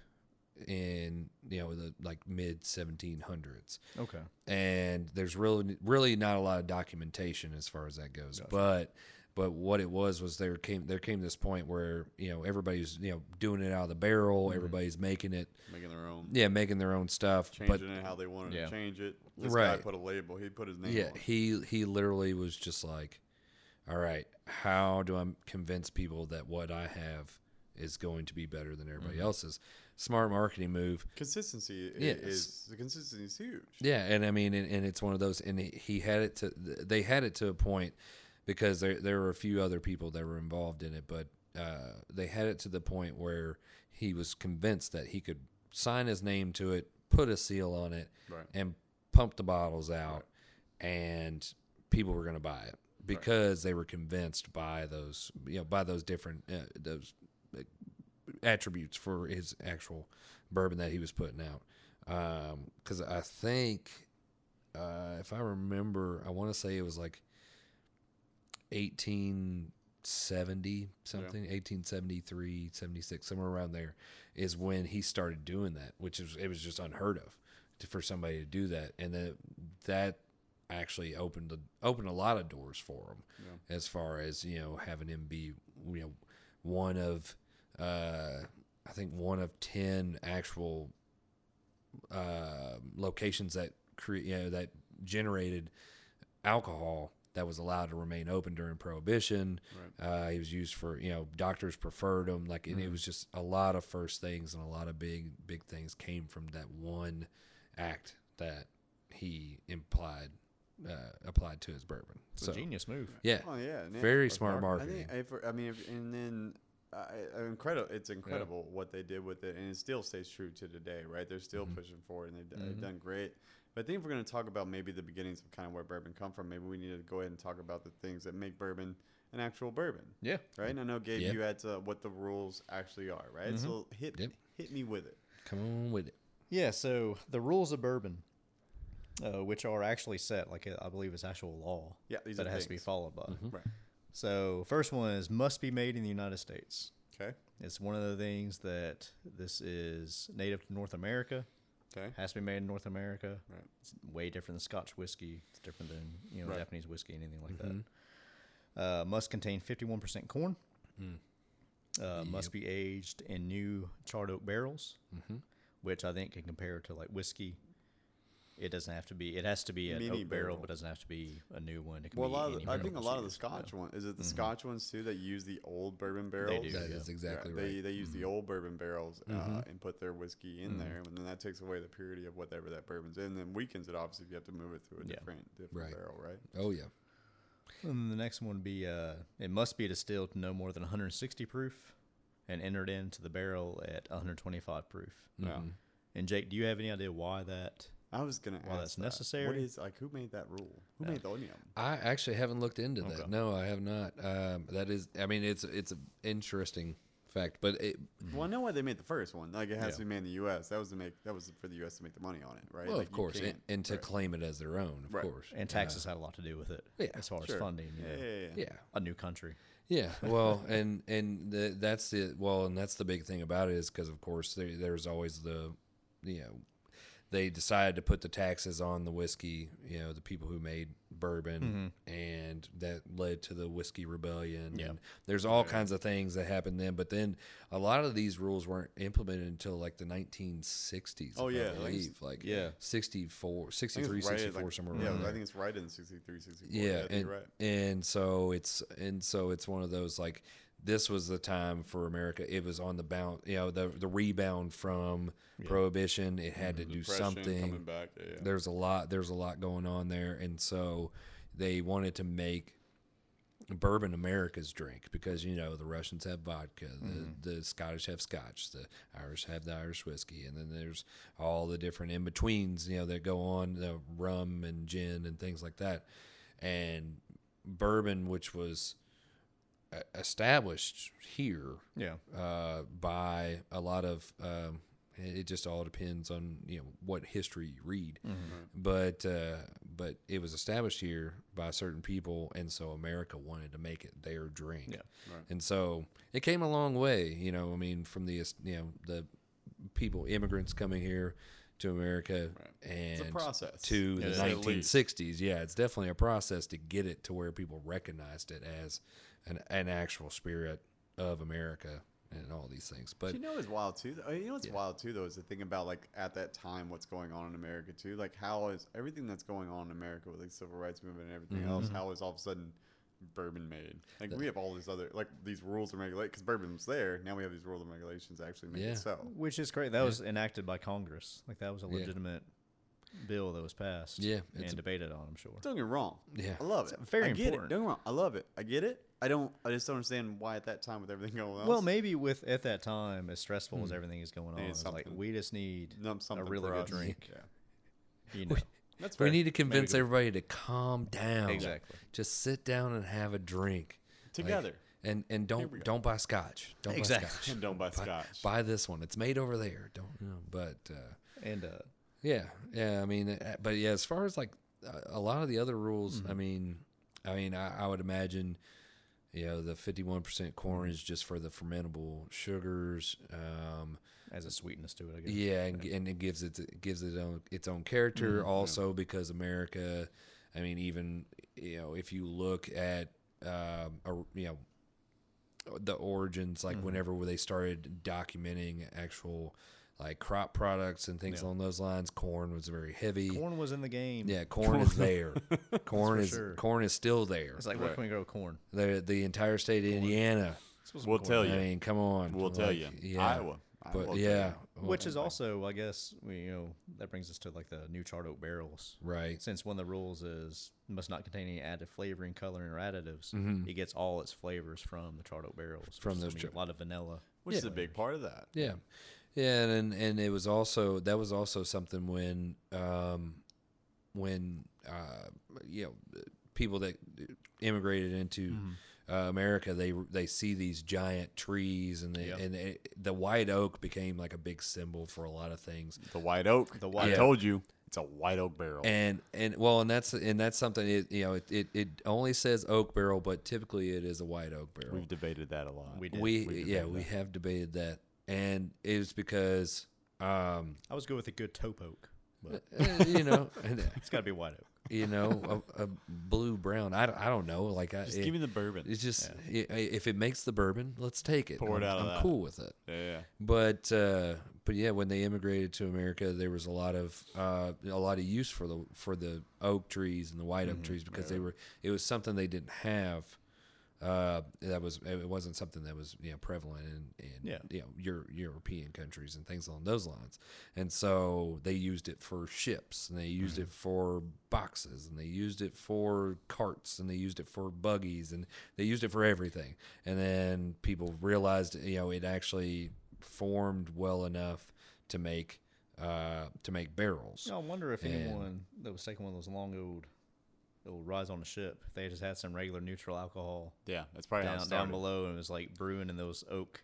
S2: in you know the like mid 1700s
S1: Okay.
S2: and there's really really not a lot of documentation as far as that goes. But but what it was was there came there came this point where you know everybody's you know doing it out of the barrel, everybody's making it
S3: Making their own.
S2: yeah making their own stuff, but
S3: Changing it how they wanted
S1: Yeah.
S3: to change it. This guy
S2: Right.
S3: put a label. He put his name
S2: Yeah,
S3: on it.
S2: he he literally was just like, "All right, how do I convince people that what I have is going to be better than everybody else's?" Smart marketing move.
S3: Consistency i-
S2: Yes.
S3: is the consistency is huge.
S2: Yeah, and I mean, and, and it's one of those. And he, he had it to they had it to a point because there there were a few other people that were involved in it, but uh, they had it to the point where he was convinced that he could sign his name to it, put a seal on it,
S3: Right.
S2: and pump the bottles out, and people were going to buy it because they were convinced by those you know by those different uh, those uh, attributes for his actual bourbon that he was putting out. Because I think, uh, if I remember, I want to say it was like eighteen seventy something 1873 76 somewhere around there is when he started doing that which is it was just unheard of to, for somebody to do that, and that that actually opened the, opened a lot of doors for him, as far as you know having him be you know one of uh, I think one of ten actual uh, locations that cre- you know that generated alcohol that was allowed to remain open during prohibition. Uh, he was used for you know doctors preferred him like
S1: Mm-hmm.
S2: and it was just a lot of first things and a lot of big big things came from that one act that he implied uh, applied to his bourbon.
S1: It's
S2: So
S1: a genius move.
S2: yeah,
S3: Oh yeah. and it-
S2: very smart
S3: I
S2: marketing.
S3: think if, I mean, if, and then I, I incredible. It's incredible what they did with it, and it still stays true to today, right? They're
S2: Mm-hmm.
S3: still pushing forward, and they've, d they've done great. But I think if we're going to talk about maybe the beginnings of kind of where bourbon come from, maybe we need to go ahead and talk about the things that make bourbon an actual bourbon,
S1: Yeah.
S3: right? And I know Gabe,
S2: Yeah. Mm-hmm.
S3: you had to what the rules actually are, right? So hit
S2: Yep.
S3: hit me with it.
S2: Come on with it.
S1: Yeah. So the rules of bourbon, uh, which are actually set, like uh, I believe it's actual law.
S3: Yeah, these
S1: that
S3: are
S1: it has to be
S3: things.
S1: followed by.
S2: Mm-hmm.
S3: Right.
S1: So first one is must be made in the United States.
S3: Okay.
S1: It's one of the things that this is native to North America.
S3: Okay.
S1: Has to be made in North America.
S3: Right.
S1: It's way different than Scotch whiskey. It's different than you know
S3: Right. Mm-hmm.
S1: Japanese whiskey, anything like that. Uh, must contain 51% corn.
S3: Mm.
S1: Uh, Must be aged in new charred oak barrels,
S3: Mm-hmm.
S1: which I think can compare to like whiskey. It doesn't have to be. It has to be an
S3: Mini
S1: oak barrel,
S3: barrel.
S1: but doesn't have to be a new one. It can
S3: Well, a
S1: be
S3: lot
S1: any
S3: of the, I
S1: barrel
S3: think a
S1: that's
S3: lot of the
S1: used.
S3: Scotch one is it the Scotch ones too that use the old bourbon barrels.
S1: Mm-hmm. do, Mm-hmm.
S2: That
S1: yeah.
S2: is
S3: Yeah,
S2: exactly
S3: they,
S2: right.
S3: They use the old bourbon barrels uh, and put their whiskey
S1: Mm-hmm.
S3: in there, and then that takes away the purity of whatever that bourbon's in. And then weakens it, obviously, if you have to move it through a
S1: Yeah.
S3: different, different
S2: Right.
S3: barrel, right?
S2: Oh yeah.
S1: And then the next one would be uh, it must be distilled to no more than 160 proof and entered into the barrel at 125 proof.
S3: Yeah.
S2: Mm-hmm.
S1: And Jake, do you have any idea why that?
S3: I was gonna ask.
S1: Well, that's
S3: that. What
S1: necessary.
S3: is like who made that rule? Who made the onion?
S2: I actually haven't looked into that. No, I have not. Um, that is, I mean, it's it's an interesting fact, but it,
S3: Well, I know why they made the first one. Like it has
S1: Mm-hmm. Yeah.
S3: to be made in the U.S. That was to make that was for the U.S. to make the money on it, right?
S2: well,
S3: Like,
S2: of
S3: you
S2: course, and,
S3: can't-
S2: and to
S3: right.
S2: claim it as their own, of
S3: Right.
S2: course.
S1: And taxes had a lot to do with it.
S2: Yeah,
S1: as far
S3: sure.
S1: as funding, you
S3: Yeah,
S1: know,
S3: yeah, yeah, yeah.
S2: Yeah.
S1: a new country.
S2: Yeah, well, and and the, that's the well, and that's the big thing about it is because of course there, there's always the, you know, they decided to put the taxes on the whiskey, you know, the people who made bourbon,
S3: Mm-hmm.
S2: and that led to the whiskey rebellion.
S1: Yeah.
S2: And there's all kinds of things that happened then, but then a lot of these rules weren't implemented until like the 1960s.
S3: Oh,
S2: if I
S3: yeah, like-
S2: believe like
S1: yeah.
S2: 64,
S3: I think
S2: 63,
S3: it's right at,
S2: 64
S3: like-
S2: somewhere
S3: Yeah,
S2: around
S3: I
S2: there.
S3: think it's right in 63, 64.
S2: Yeah,
S3: I think
S2: and,
S3: you're right.
S2: and so it's and so it's one of those like this was the time for America. It was on the bound, you know, the the rebound from prohibition. It had to do
S3: Mm-hmm. Depression
S2: something.
S3: coming back. Yeah, yeah.
S2: There's a lot. There's a lot going on there, and so they wanted to make bourbon America's drink because you know the Russians have vodka, the, the Scottish have scotch, the Irish have the Irish whiskey, and then there's all the different in betweens you know that go on the rum and gin and things like that, and bourbon which was e- established here
S1: Yeah.
S2: uh, by a lot of. Um, it it just all depends on you know what history you read,
S3: Mm-hmm.
S2: but uh, but it was established here by certain people, and so America wanted to make it their drink,
S1: Yeah.
S2: and so it came a long way. You know, I mean, from the es- you know the people immigrants coming here to America and
S3: It's a process.
S2: to
S1: Yeah,
S2: the
S1: it's
S3: at least.
S2: 1960s. Yeah, it's definitely a process to get it to where people recognized it as an, an actual spirit of America and all these things. But
S3: you know what's wild too? though? You know what's wild too though is to think about like at that time what's going on in America too. Like how is everything that's going on in America with the civil rights movement and everything
S2: Mm-hmm.
S3: else? How is all of a sudden bourbon made? Like we have all these other like these rules and regulations because bourbon was there. Now we have these rules and regulations to actually make
S2: Yeah.
S3: it so.
S1: Which is great. That was enacted by Congress. Like that was a legitimate bill that was passed.
S2: Yeah, it's
S1: And
S2: a-
S1: debated on, I'm sure.
S3: Don't get me wrong.
S2: Yeah.
S3: I love it.
S1: very
S3: I get
S1: important.
S3: It. Don't get me wrong. I love it. I get it. I don't. I just don't understand why at that time with everything going on.
S1: Well, maybe with at that time, as stressful as everything is going on,
S3: Needed
S1: it's like
S3: something.
S1: we just need
S3: Num-
S1: a
S3: something
S1: really
S3: for
S1: good
S3: us.
S1: drink.
S3: Yeah.
S1: You know,
S3: That's
S2: we
S3: fair.
S2: need to
S3: Maybe
S2: convince
S3: we-
S2: everybody to calm down.
S1: Exactly.
S2: Just sit down and have a drink Like,
S3: Together.
S2: and and don't don't buy scotch. Don't
S1: Exactly.
S2: buy scotch.
S3: Don't buy
S2: Buy-
S3: scotch.
S2: Buy, this one. It's made over there. Don't. You know, but uh,
S1: and uh,
S2: Yeah, yeah. I mean, uh, but yeah, as far as like uh, a lot of the other rules, I mean, I mean, I, I would imagine, you know, the fifty-one percent corn is just for the fermentable sugars. Um,
S1: as a sweetness to it, I guess.
S2: yeah, and, and it gives it it gives it own, its own character.
S1: Mm-hmm,
S2: also, because America, I mean, even you know, if you look at um, a, you know the origins, like
S1: Mm-hmm.
S2: whenever they started documenting actual like crop products and things along those lines, corn was very heavy.
S1: Corn was in the game.
S2: Yeah, corn is there. corn is
S1: sure.
S2: corn is still there.
S1: It's like, where can we grow corn?
S2: the the entire state of Indiana.
S3: We'll tell
S2: I
S3: you.
S2: mean, come on.
S3: We'll tell
S2: Like,
S3: you.
S2: Yeah.
S3: Iowa. I will
S2: But
S3: tell
S2: yeah,
S3: you.
S1: Which is also, I guess, we, you know, that brings us to like the new charred oak barrels.
S2: right.
S1: Since one of the rules is must not contain any added flavoring, coloring, or additives,
S3: Mm-hmm.
S1: it gets all its flavors Mm-hmm. from the charred oak barrels.
S2: From
S1: which is,
S2: those
S1: I mean,
S2: char-
S1: a lot of vanilla.
S3: Which is a big part of that.
S2: Yeah. Yeah, and and it was also that was also something when um when uh you know people that immigrated into uh, America they they see these giant trees and they,
S1: Yep.
S2: and they, the white oak became like a big symbol for a lot of things.
S3: The white oak. The
S1: white
S3: I told you, it's a white oak barrel.
S2: And and well, and that's and that's something it, you know it, it it only says oak barrel, but typically it is a white oak barrel.
S3: We've debated that a lot.
S1: We did.
S2: we yeah we have debated that, and it's because um
S1: I was good with a good taupe oak, but
S2: uh, you know and-
S1: it's got to be white oak.
S2: you know, a, a blue brown. I, don't- I don't know. Like I,
S3: Just
S2: it-
S3: give me the bourbon.
S2: It's just i- i- if it makes the bourbon, let's take it.
S3: Pour it
S2: I'm,
S3: out of
S2: I'm
S3: that.
S2: cool with it.
S3: yeah, yeah.
S2: But uh, but yeah, when they immigrated to America, there was a lot of uh, a lot of use for the for the oak trees and the white
S3: Mm-hmm.
S2: oak trees because they were it was something they didn't have. Uh, that was it wasn't something that was you know prevalent in, in
S1: Yeah.
S2: you know Euro, European countries and things along those lines, and so they used it for ships and they used
S3: Mm-hmm.
S2: it for boxes and they used it for carts and they used it for buggies and they used it for everything, and then people realized you know it actually formed well enough to make uh to make barrels.
S1: You know, I wonder if
S2: And-
S1: anyone that was taking one of those long old, old rides on a ship, if they just had some regular neutral alcohol
S3: Yeah, that's probably how it
S1: down, down
S3: started.
S1: below and it was like brewing in those oak.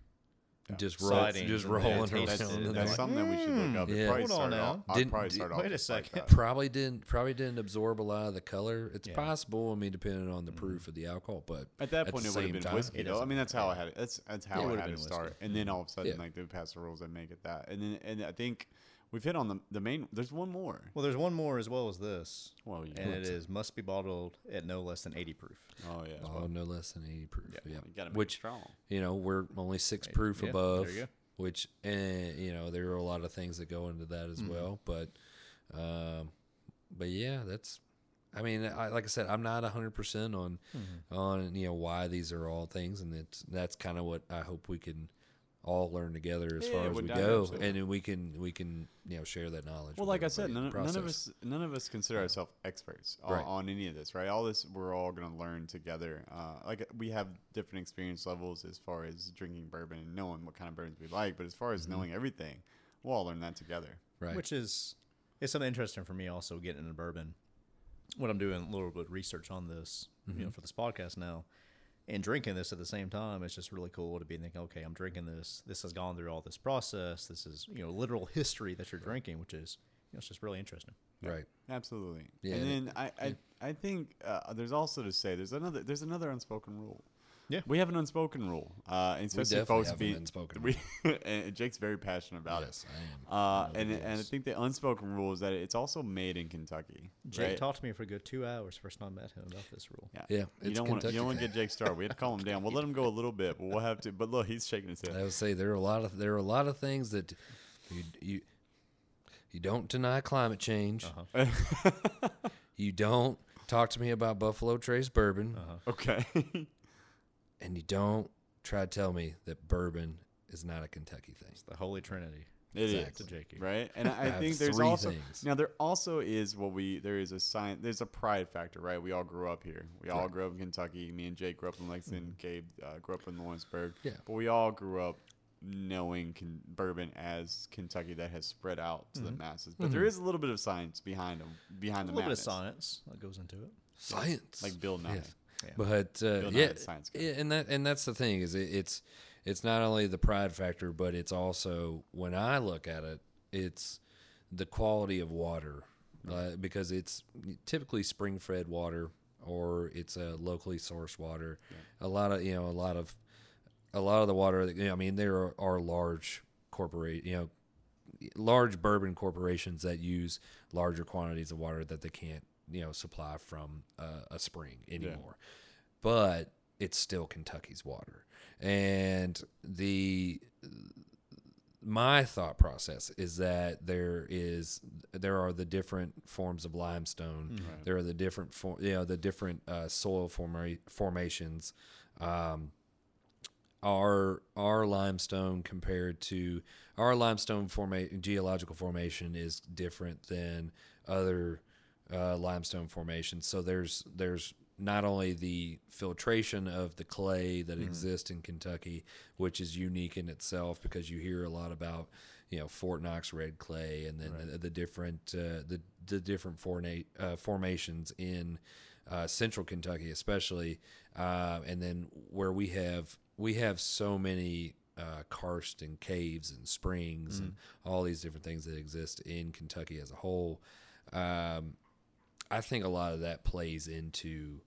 S2: Just roll,
S1: Sightings
S2: just
S1: and then
S2: rolling
S1: tasted it and
S2: around. in
S1: they're
S2: there.
S3: That's
S1: like,
S3: something that we should look up. It
S2: Yeah.
S3: probably
S1: Hold on
S3: started
S1: now.
S3: off- I'd
S2: Didn't-
S3: probably
S2: d-
S3: start off.
S1: wait a
S3: just like
S1: second.
S3: that.
S2: probably didn't probably didn't absorb a lot of the color. It's possible. I mean, depending on the proof of the alcohol, but
S3: Mm-hmm. At that
S2: the
S3: point, it would
S2: same
S3: have been
S2: time-
S3: whiskey,
S1: It
S3: though.
S1: doesn't
S3: I mean, that's how I had it. That's that's how
S1: it
S3: I
S1: would've
S3: had
S1: been
S3: it
S1: whiskey.
S3: start. And then all of a sudden,
S2: Yeah.
S3: like they pass the rules and make it that. And then and I think we've hit on the the main. There's one more.
S1: Well, there's one more as well as this,
S3: Well, you
S1: and it is must be bottled at no less than 80 proof.
S3: Oh yeah.
S2: Oh, no less than eighty proof. Yeah,
S3: You gotta make it
S2: which
S3: strong.
S2: you know we're only six proof
S1: yeah, there
S2: above.
S1: you go.
S2: Which and you know there are a lot of things that go into that as
S3: Mm-hmm.
S2: well, but um, but yeah, that's. I mean, I, like I said, I'm not 100 percent
S3: Mm-hmm.
S2: on on you know why these are all things, and it's that's kind of what I hope we can all learn together as
S3: Yeah,
S2: far
S3: yeah,
S2: as
S3: well,
S2: we
S3: down
S2: go,
S3: absolutely.
S2: and then we can we can you know share that knowledge.
S3: Well,
S2: with
S3: like I said,
S2: everybody in the
S3: none, none of
S2: process.
S3: us none of us consider ourselves experts o-
S2: Right.
S3: on any of this, right? All this we're all going to learn together. Uh, like we have different experience levels as far as drinking bourbon and knowing what kind of bourbons we like, but as far
S2: Mm-hmm.
S3: as knowing everything, we'll all learn that together.
S2: right?
S1: which is it's something interesting for me also getting into bourbon. When I'm doing a little bit of research on this,
S3: Mm-hmm.
S1: you know, for this podcast now, and drinking this at the same time, it's just really cool to be thinking, okay, I'm drinking this. This has gone through all this process. This is you know literal history that you're drinking, which is you know, it's just really interesting.
S2: right.
S3: Absolutely.
S2: Yeah,
S3: and
S2: that-
S3: then I, I, I think uh, there's also to say there's another there's another unspoken rule.
S1: Yeah.
S3: We have an unspoken rule, uh, and especially
S2: definitely
S3: folks
S2: have an
S3: being
S2: unspoken
S3: we, and Jake's very passionate about
S2: Yes, I am.
S3: it. Uh,
S2: know that
S3: and
S2: he
S3: and I
S2: is.
S3: think the unspoken rule is that it's also made in Kentucky.
S1: Jake
S3: right?
S1: talked to me for a good two hours first time I met him about this rule.
S3: Yeah.
S2: Yeah,
S3: You
S2: it's
S3: don't want to you
S2: Kentucky
S3: don't want to
S2: thing.
S3: get Jake started. We have to calm him down. We'll let him go a little bit, but we'll have to. But look, he's shaking his
S2: I
S3: head.
S2: would say there are a lot of there are a lot of things that you you you don't deny climate change.
S1: Uh-huh.
S2: you don't talk to me about Buffalo Trace bourbon,
S3: Okay.
S2: and you don't try to tell me that bourbon is not a Kentucky thing.
S1: The Holy Trinity.
S3: It is
S2: Exactly.
S1: Jakey.
S3: right, and I, I
S2: have
S3: think there's
S2: three
S3: also
S2: things.
S3: now there also is what we there is a sign there's a pride factor, right? We all grew up here. We all grew up in Kentucky. Me and Jake grew up in Lexington. Gabe uh, grew up in Lawrenceburg.
S2: Mm-hmm. Yeah.
S3: but we all grew up knowing Ken- bourbon as Kentucky that has spread out to
S2: Mm-hmm.
S3: the masses. But there is a little bit of science behind them behind
S1: A
S3: the
S1: little bit of science
S3: madness.
S1: that goes into it.
S2: Science,
S3: like Bill Nye.
S2: Yes.
S1: Yeah.
S2: But uh,
S3: Bill Nye
S2: yeah,
S3: is a science guy.
S2: yeah, and that and that's the thing is it, it's it's not only the pride factor, but it's also when I look at it, it's the quality of water
S3: Mm.
S2: uh, because it's typically spring fed water or it's a locally sourced water. A lot of you know a lot of a lot of the water. that- You know, I mean, there are, are large corporate you know large bourbon corporations that use larger quantities of water that they can't you know supply from uh, a spring anymore but it's still kentucky's water and the my thought process is that there is there are the different forms of limestone there are the different for, you know the different uh, soil forma- formations um, our our limestone compared to our limestone formation geological formation is different than other uh, limestone formations. So there's there's not only the filtration of the clay that exists in Kentucky, which is unique in itself because you hear a lot about you know Fort Knox red clay and then the, the different uh, the the different forna- uh, formations in uh, central Kentucky, especially, uh, and then where we have we have so many uh, karst and caves and springs and all these different things that exist in Kentucky as a whole. Um, I think a lot of that plays into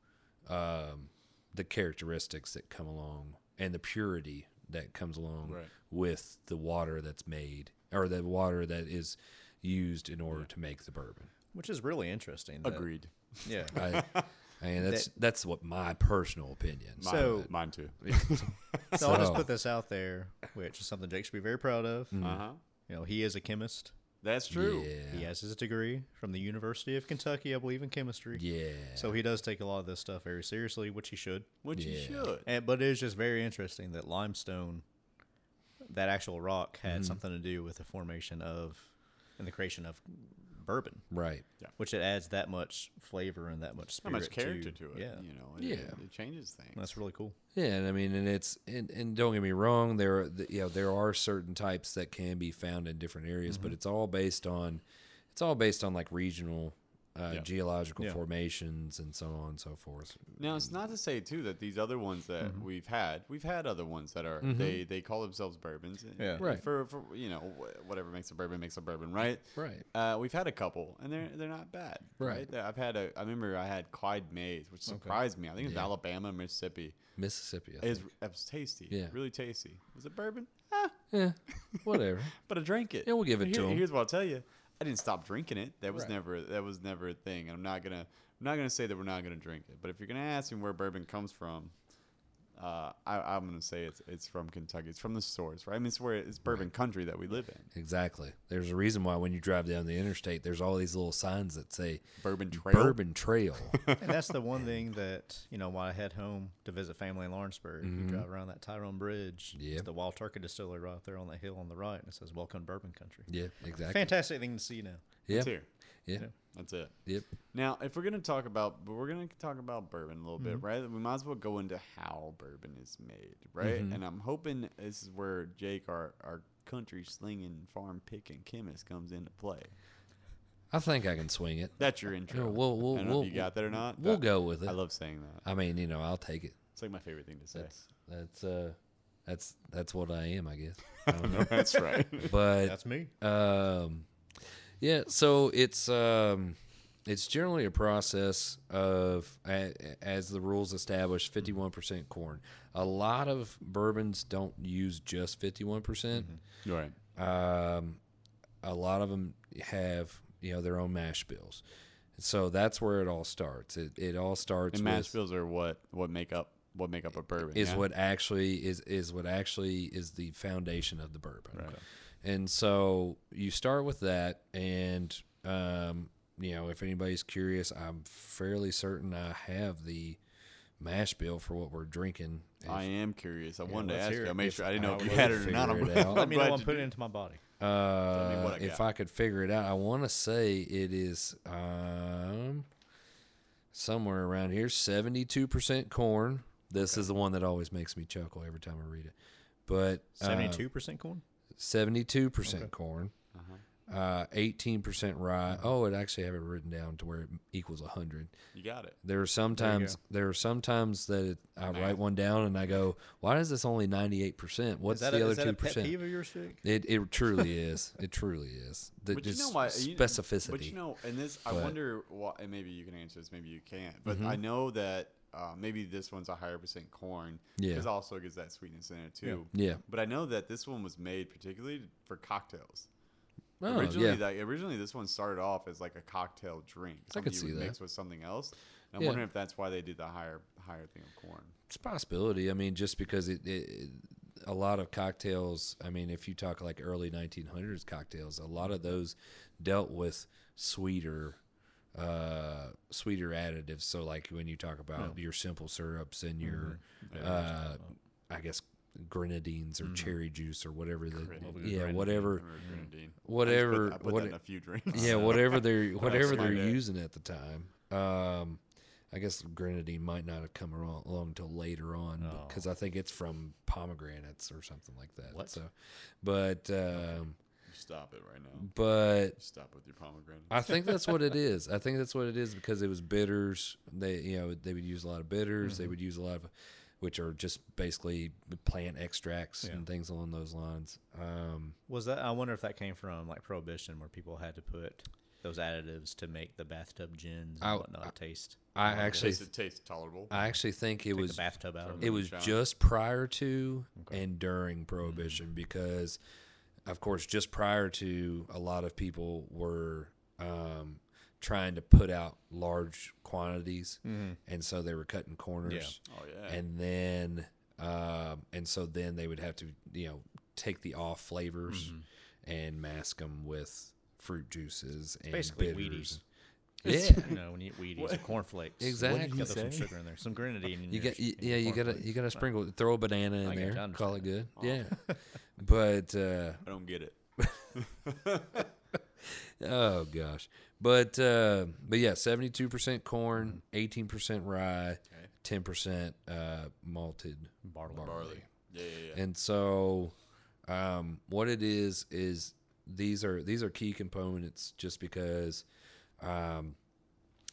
S2: um, the characteristics that come along and the purity that comes along
S3: Right.
S2: with the water that's made or the water that is used in order to make the bourbon.
S1: Which is really interesting. that-
S3: Agreed.
S1: Yeah.
S2: I, I mean, that's that's what my personal opinion.
S3: Mine,
S1: So-
S3: mine too.
S1: So I'll just
S2: So- Mm-hmm.
S1: put this out there, which is something Jake should be very proud of.
S3: Uh huh.
S1: You know, he is a chemist.
S3: That's true.
S1: He
S2: Yeah,
S1: has his degree from the University of Kentucky, I believe, in chemistry.
S2: yeah.
S1: So he does take a lot of this stuff very seriously, which he should.
S3: Which you
S2: Yeah.
S3: should.
S1: And, but it is just very interesting that limestone, that actual rock,
S2: Mm-hmm.
S1: had something to do with the formation of and the creation of bourbon,
S2: right.
S1: which it adds that much flavor and that much
S3: Not
S1: spirit
S3: much character to, it.
S1: Yeah,
S3: You know, it,
S2: Yeah.
S3: it, it changes things.
S1: that's really cool.
S2: Yeah, and I mean, and it's and, and don't get me wrong, there are you know there are certain types that can be found in different areas,
S3: Mm-hmm.
S2: but it's all based on it's all based on like regional uh,
S3: Yeah.
S2: geological
S1: Yeah.
S2: formations and so on and so forth.
S3: Now it's not to say too that these other ones that
S2: Mm-hmm.
S3: we've had, we've had other ones that are they they call themselves bourbons. and-
S1: Yeah.
S2: Right.
S3: For, for you know wh- whatever makes a bourbon makes a bourbon, right?
S2: Right.
S3: Uh, we've had a couple, and they're they're not bad.
S2: Right.
S3: That- I've had a. I remember I had Clyde Mays, which surprised me. I think it was
S2: Yeah.
S3: Alabama, Mississippi.
S2: Mississippi. I
S3: It was,
S2: think.
S3: it was tasty.
S2: Yeah.
S3: Really tasty. Was it bourbon? Ah,
S2: yeah, whatever.
S3: but I drank it.
S2: Yeah, we'll give
S3: But
S2: it to
S3: here-
S2: 'em.
S3: Here's what I'll tell you. I didn't stop drinking it. That was
S2: Right.
S3: never that was never a thing. And I'm not gonna I'm not gonna say that we're not gonna drink it. But if you're gonna ask me where bourbon comes from, Uh, I, I'm gonna say it's it's from Kentucky. It's from the source, right? I mean, it's where it's bourbon country that we live in.
S2: Exactly. There's a reason why when you drive down the interstate, there's all these little signs that say
S3: Bourbon Trail.
S2: Bourbon Trail.
S1: And that's the one thing that, you know, when I head home to visit family in Lawrenceburg, you drive around that Tyrone Bridge. It's
S2: Mm-hmm. Yep.
S1: the Wild Turkey Distillery right there on that hill on the right, and it says, Welcome to Bourbon Country.
S2: yeah, exactly.
S1: Fantastic thing to see now.
S2: Yeah,
S3: It's here.
S2: yeah,
S3: That's it.
S2: yep.
S3: Now, if we're gonna talk about, but we're gonna talk about bourbon a little bit,
S2: Mm-hmm.
S3: right? We might as well go into how bourbon is made, right?
S2: Mm-hmm.
S3: And I'm hoping this is where Jake, our our country slinging, farm picking chemist, comes into play.
S2: I think I can swing it.
S3: That's your intro.
S2: Yeah, we'll- we'll-
S3: I don't know
S2: we'll-
S3: if you got that or not.
S2: We'll
S3: but
S2: go with it.
S3: Uh, I love saying that.
S2: I mean, you know, I'll take it.
S3: It's like my favorite thing to say.
S2: That's that's uh, that's that's what I am, I guess. I don't know.
S3: That's right.
S2: But
S1: That's me.
S2: Um, yeah, so it's um, it's generally a process of a- as the rules
S3: Mm-hmm.
S2: establish, fifty one percent corn. A lot of bourbons don't use just fifty one percent.
S3: right.
S2: Um, a lot of them have you know their own mash bills, so that's where it all starts. It it all starts
S3: And
S2: with-
S3: mash bills are what what make up what make up a bourbon
S2: is
S3: yeah?
S2: what actually is is what actually is the foundation of the bourbon.
S3: Right. Okay.
S2: And so you start with that, and um, you know if anybody's curious, I'm fairly certain I have the mash bill for what we're drinking.
S3: I am curious. I wanted to
S1: let's
S3: ask
S1: hear
S3: you. I
S1: it.
S3: made
S2: If
S3: sure I didn't know
S2: I
S3: if you
S2: would
S3: had it or not. I'm,
S2: figure it out.
S1: Let me know
S3: glad
S1: I'm
S3: you
S1: putting it
S3: did.
S1: into my body.
S3: me
S2: Uh,
S3: what I
S2: if
S3: got.
S2: I could figure it out, I want to say it is um, somewhere around here, seventy-two percent corn. This is the one that always makes me chuckle every time I read it. But uh,
S1: 72% corn?
S2: Seventy-two percent corn, uh, eighteen percent rye. Oh, it actually have it written down to where it equals hundred.
S3: You got it.
S2: There are sometimes there, are sometimes that it, I write one down and I go, "Why is this only ninety-eight percent? What's
S1: Is that,
S2: the
S1: a,
S2: other
S1: is that
S2: two
S1: a pet
S2: percent?"
S1: peeve of yours, Jake?
S2: It it truly is. It truly is. The,
S3: But you know
S2: just
S3: why you-
S2: specificity.
S3: But you know, and this, I
S2: But-
S3: wonder why. And maybe you can answer this. Maybe you can't. But
S2: Mm-hmm.
S3: I know that uh, maybe this one's a higher percent corn.
S2: Yeah.
S3: It also gives that sweetness in it too.
S2: Yeah.
S3: But I know that this one was made particularly for cocktails.
S2: oh,
S3: originally,
S2: yeah.
S3: like, originally this one started off as like a cocktail drink.
S2: I could
S3: something you
S2: see
S3: would
S2: that.
S3: mix with something else. And I'm
S2: Yeah.
S3: wondering if that's why they did the higher higher thing of corn.
S2: It's a possibility. I mean, just because it, it, a lot of cocktails. I mean, if you talk like early 1900s cocktails, a lot of those dealt with sweeter, uh, sweeter additives. So, like when you talk about your simple syrups and your, uh, I guess grenadines or cherry juice or whatever the yeah whatever
S3: Or grenadine.
S2: Mm. whatever
S3: I put
S2: what
S3: that in a few drinks.
S2: yeah, whatever they're whatever they're
S3: smart day.
S2: using at the time. Um, I guess grenadine might not have come along, along till later on because I think it's from pomegranates or something like that. So, but um,
S3: Stop it right now.
S2: but
S3: Stop with your pomegranate.
S2: I think that's what it is. I think that's what it is because it was bitters. They you know they would use a lot of bitters. They would use a lot of, which are just basically plant extracts and things along those lines. Um,
S1: Was that? I wonder if that came from like prohibition, where people had to put those additives to make the bathtub gins and
S2: I-
S1: whatnot taste.
S2: I
S3: It
S2: actually
S3: tastes, it tastes tolerable.
S2: I actually think it
S1: Take
S2: was
S1: the bathtub out of
S2: It
S1: it.
S2: was
S3: Shot.
S2: just prior to and during Prohibition
S3: Mm-hmm.
S2: because, of course, just prior to, a lot of people were um, trying to put out large quantities, and so they were cutting corners.
S3: Oh Mm-hmm. yeah.
S2: And then, um, and so then they would have to, you know, take the off flavors
S3: Mm-hmm.
S2: and mask them with fruit juices and
S1: basically
S2: bitters.
S1: Wheaties.
S2: Yeah.
S1: You know, when you eat Wheaties or cornflakes,
S2: Exactly.
S1: You got to throw some
S2: Say.
S1: sugar in there, some grenadine. In
S2: You
S1: your
S2: got
S1: sh-
S2: y-
S1: in your
S2: yeah, you gotta
S1: cornflakes.
S2: you gotta sprinkle throw a banana in
S1: I get you, I
S2: there, call it good. Yeah, but uh,
S3: I don't get it.
S2: oh gosh, but uh, but yeah, seventy two percent corn, eighteen percent rye, ten percent uh, malted barley.
S3: Yeah, yeah, yeah.
S2: And so, um, what it is is these are these are key components just because um,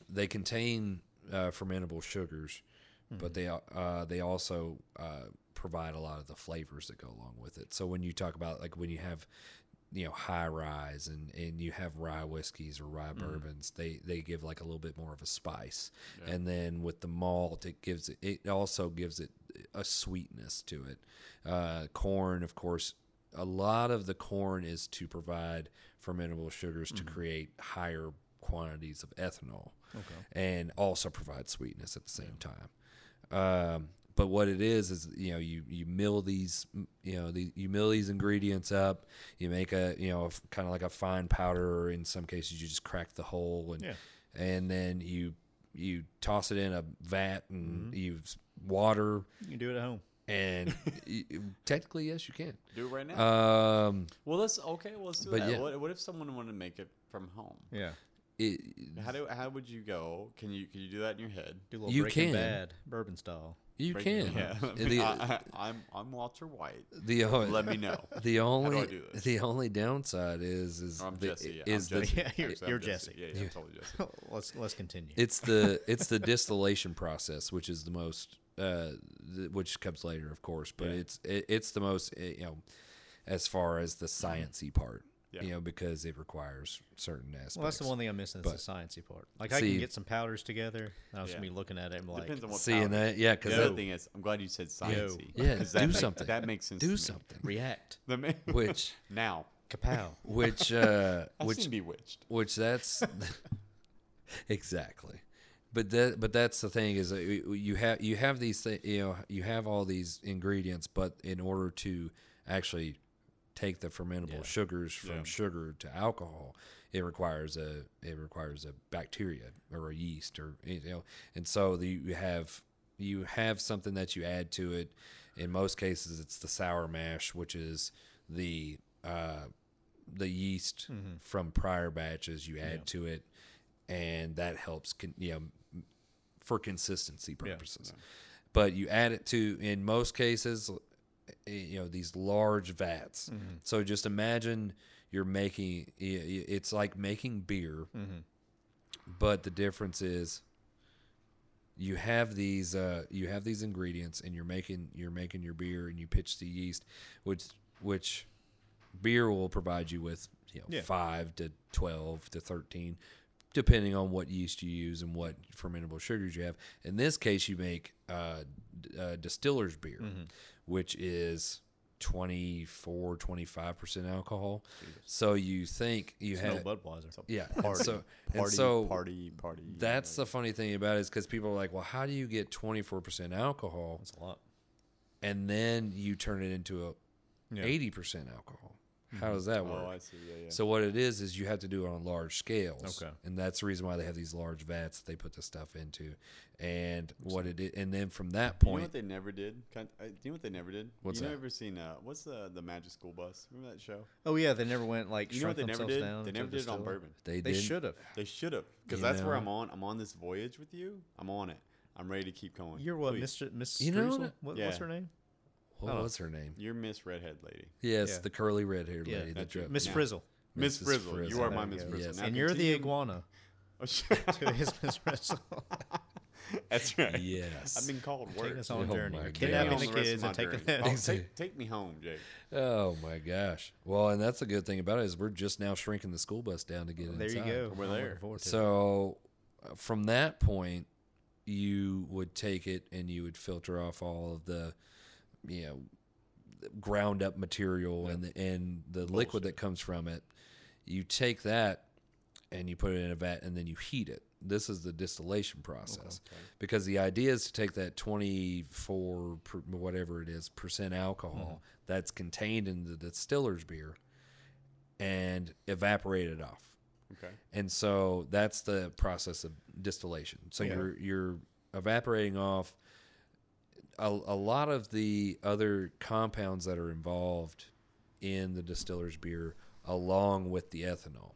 S2: they contain uh, fermentable sugars, but they al- uh, they also uh, provide a lot of the flavors that go along with it. So when you talk about like when you have you know high rise and and you have rye whiskeys or rye bourbons they they give like a little bit more of a spice and then with the malt it gives it, it also gives it a sweetness to it uh corn of course a lot of the corn is to provide fermentable sugars to create higher quantities of ethanol okay. and also provide sweetness at the same time um, but what it is is you know you you mill these you know the, you mill these ingredients up you make a you know kind of like a fine powder or in some cases you just crack the whole and
S1: Yeah.
S2: and then you you toss it in a vat and you s water
S1: You can do it at home.
S2: and y- technically yes you can
S3: Do it right now.
S2: um
S3: well, let's okay. Well, let's do
S2: but
S3: that.
S2: yeah.
S3: What, what if someone wanted to make it from home?
S1: Yeah.
S2: it,
S3: How do how would you go? Can you can you do that in your head?
S1: Do a little
S2: You
S1: Breaking
S2: can.
S1: Bad, bourbon style.
S2: you
S3: Break-
S2: can
S3: Yeah. I
S2: the,
S3: am I'm Walter White.
S2: the o-
S3: Let me know.
S2: the only
S3: do this?
S2: the only downside is is
S3: Or I'm
S2: the,
S3: Jesse. Yeah,
S2: is
S3: I'm
S2: the
S3: Jesse.
S1: Yeah, you're-
S3: Actually, I'm
S1: you're Jesse.
S3: Yeah, yeah, I'm totally Jesse.
S1: let's let's continue.
S2: It's the it's the distillation process, which is the most, uh, th- which comes later, of course. But
S3: Yeah.
S2: it's it, it's the most, eh, you know, as far as the sciency part,
S3: Mm-hmm. Yeah.
S2: you know, because it requires certain aspects.
S1: well, that's the one thing I'm missing is
S2: But-
S1: the sciencey part. Like I can
S2: See-
S1: get some powders together, and I was gonna
S3: Yeah.
S1: be looking at it and be like,
S3: Depends on what.
S2: Seeing
S3: powder.
S2: that, yeah,
S3: The other
S2: because
S3: thing is, I'm glad you said science.
S2: Yeah, do something.
S3: That makes sense. to
S2: do
S3: me.
S2: something,
S1: react,
S3: The ma-
S2: which
S3: now,
S1: kapow.
S2: which uh,
S3: I've
S2: which
S3: seen Bewitched.
S2: which that's exactly but that but that's the thing is that you you have you have these thi- you know you have all these ingredients but in order to actually take the fermentable sugars from
S3: Yeah.
S2: sugar to alcohol it requires a it requires a bacteria or a yeast or you know and so the, you have you have something that you add to it in most cases it's the sour mash which is the uh the yeast
S3: Mm-hmm.
S2: from prior batches you add to it and that helps con- you know m- for consistency purposes but you add it to in most cases eh, you know these large vats so just imagine you're making i- i- it's like making beer but the difference is you have these uh, you have these ingredients and you're making you're making your beer and you pitch the yeast which which beer will provide you with you know
S1: Yeah.
S2: 5 to 12 to 13 depending on what yeast you use and what fermentable sugars you have in this case you make uh, d- uh, distiller's beer
S3: Mm-hmm.
S2: which is 24 25% alcohol so you think you
S1: no
S2: have
S1: Budweiser.
S2: yeah and
S3: Party,
S2: so and
S3: party,
S2: so
S3: party, party.
S2: that's the funny thing about it is because people are like, well, how do you get 24% alcohol
S1: That's a lot.
S2: and then you turn it into a 80% alcohol?
S1: Mm-hmm.
S2: How does that work?
S3: Oh, I see. Yeah, yeah.
S2: So what it is is you have to do it on large scales.
S1: Okay.
S2: And that's the reason why they have these large vats that they put the stuff into. And what it is, and then from that
S3: You know
S2: point,
S3: what they never did? Kind uh, do you know what they never did?
S2: What's
S3: you
S2: that?
S3: never seen uh, what's the the Magic School Bus? Remember that show?
S1: Oh yeah, they never went like
S3: You know
S1: shrunk
S3: what they never
S1: themselves
S3: did?
S1: down.
S3: They
S1: and
S3: never
S1: took the
S3: did it on
S1: still-
S3: bourbon.
S2: they,
S1: They
S2: didn't-
S1: should have.
S3: They should have, because
S2: You
S3: that's where
S2: know.
S3: I'm on. I'm on this voyage with you. I'm on it. I'm ready to keep going.
S1: You're what,
S3: Please.
S1: Mister Miss
S2: You know
S1: Streusel?
S2: what-
S1: What,
S3: Yeah.
S1: What's her name?
S2: What
S1: Oh.
S2: was her name?
S3: You're Miss Redhead Lady.
S2: Yes,
S1: Yeah.
S2: the curly red haired
S1: Yeah,
S2: lady. that
S3: that's it.
S2: drove-
S1: Miss
S3: Yeah.
S1: Frizzle.
S3: Miss
S2: Mrs.
S3: Frizzle. You are
S1: There
S3: my
S1: we
S3: Miss
S1: go.
S3: Frizzle.
S2: Yes.
S3: Now
S1: and you're the
S3: continue.
S1: iguana
S3: Oh, sure.
S1: to his Miss Frizzle.
S3: That's right.
S2: Yes.
S3: I've been called
S1: Taking
S3: worse.
S1: us on a
S2: Oh
S1: journey.
S2: my
S1: You're
S2: God.
S1: kidnapping
S3: Maybe
S1: the
S3: on the rest
S1: kids
S3: of
S1: and
S3: my
S1: taking
S3: journey.
S1: them.
S3: Oh,
S2: Exactly.
S3: take, take me home, Jake.
S2: Oh my gosh. Well, and that's the good thing about it is we're just now shrinking the school bus down to get
S1: Oh, There you
S2: inside.
S1: go.
S3: We're
S1: I'm
S3: there.
S1: looking forward to it.
S2: Oh So uh, from that point, you would take it and you would filter off all of the, you know, ground up material and the, and the liquid that comes from it. You take that and you put it in a vat and then you heat it. This is the distillation process because the idea is to take that 24 per, whatever it is percent alcohol
S1: Mm-hmm.
S2: that's contained in the distiller's beer and evaporate it off.
S3: Okay.
S2: And so that's the process of distillation. So
S1: Yeah.
S2: you're you're evaporating off a, a lot of the other compounds that are involved in the distiller's beer along with the ethanol.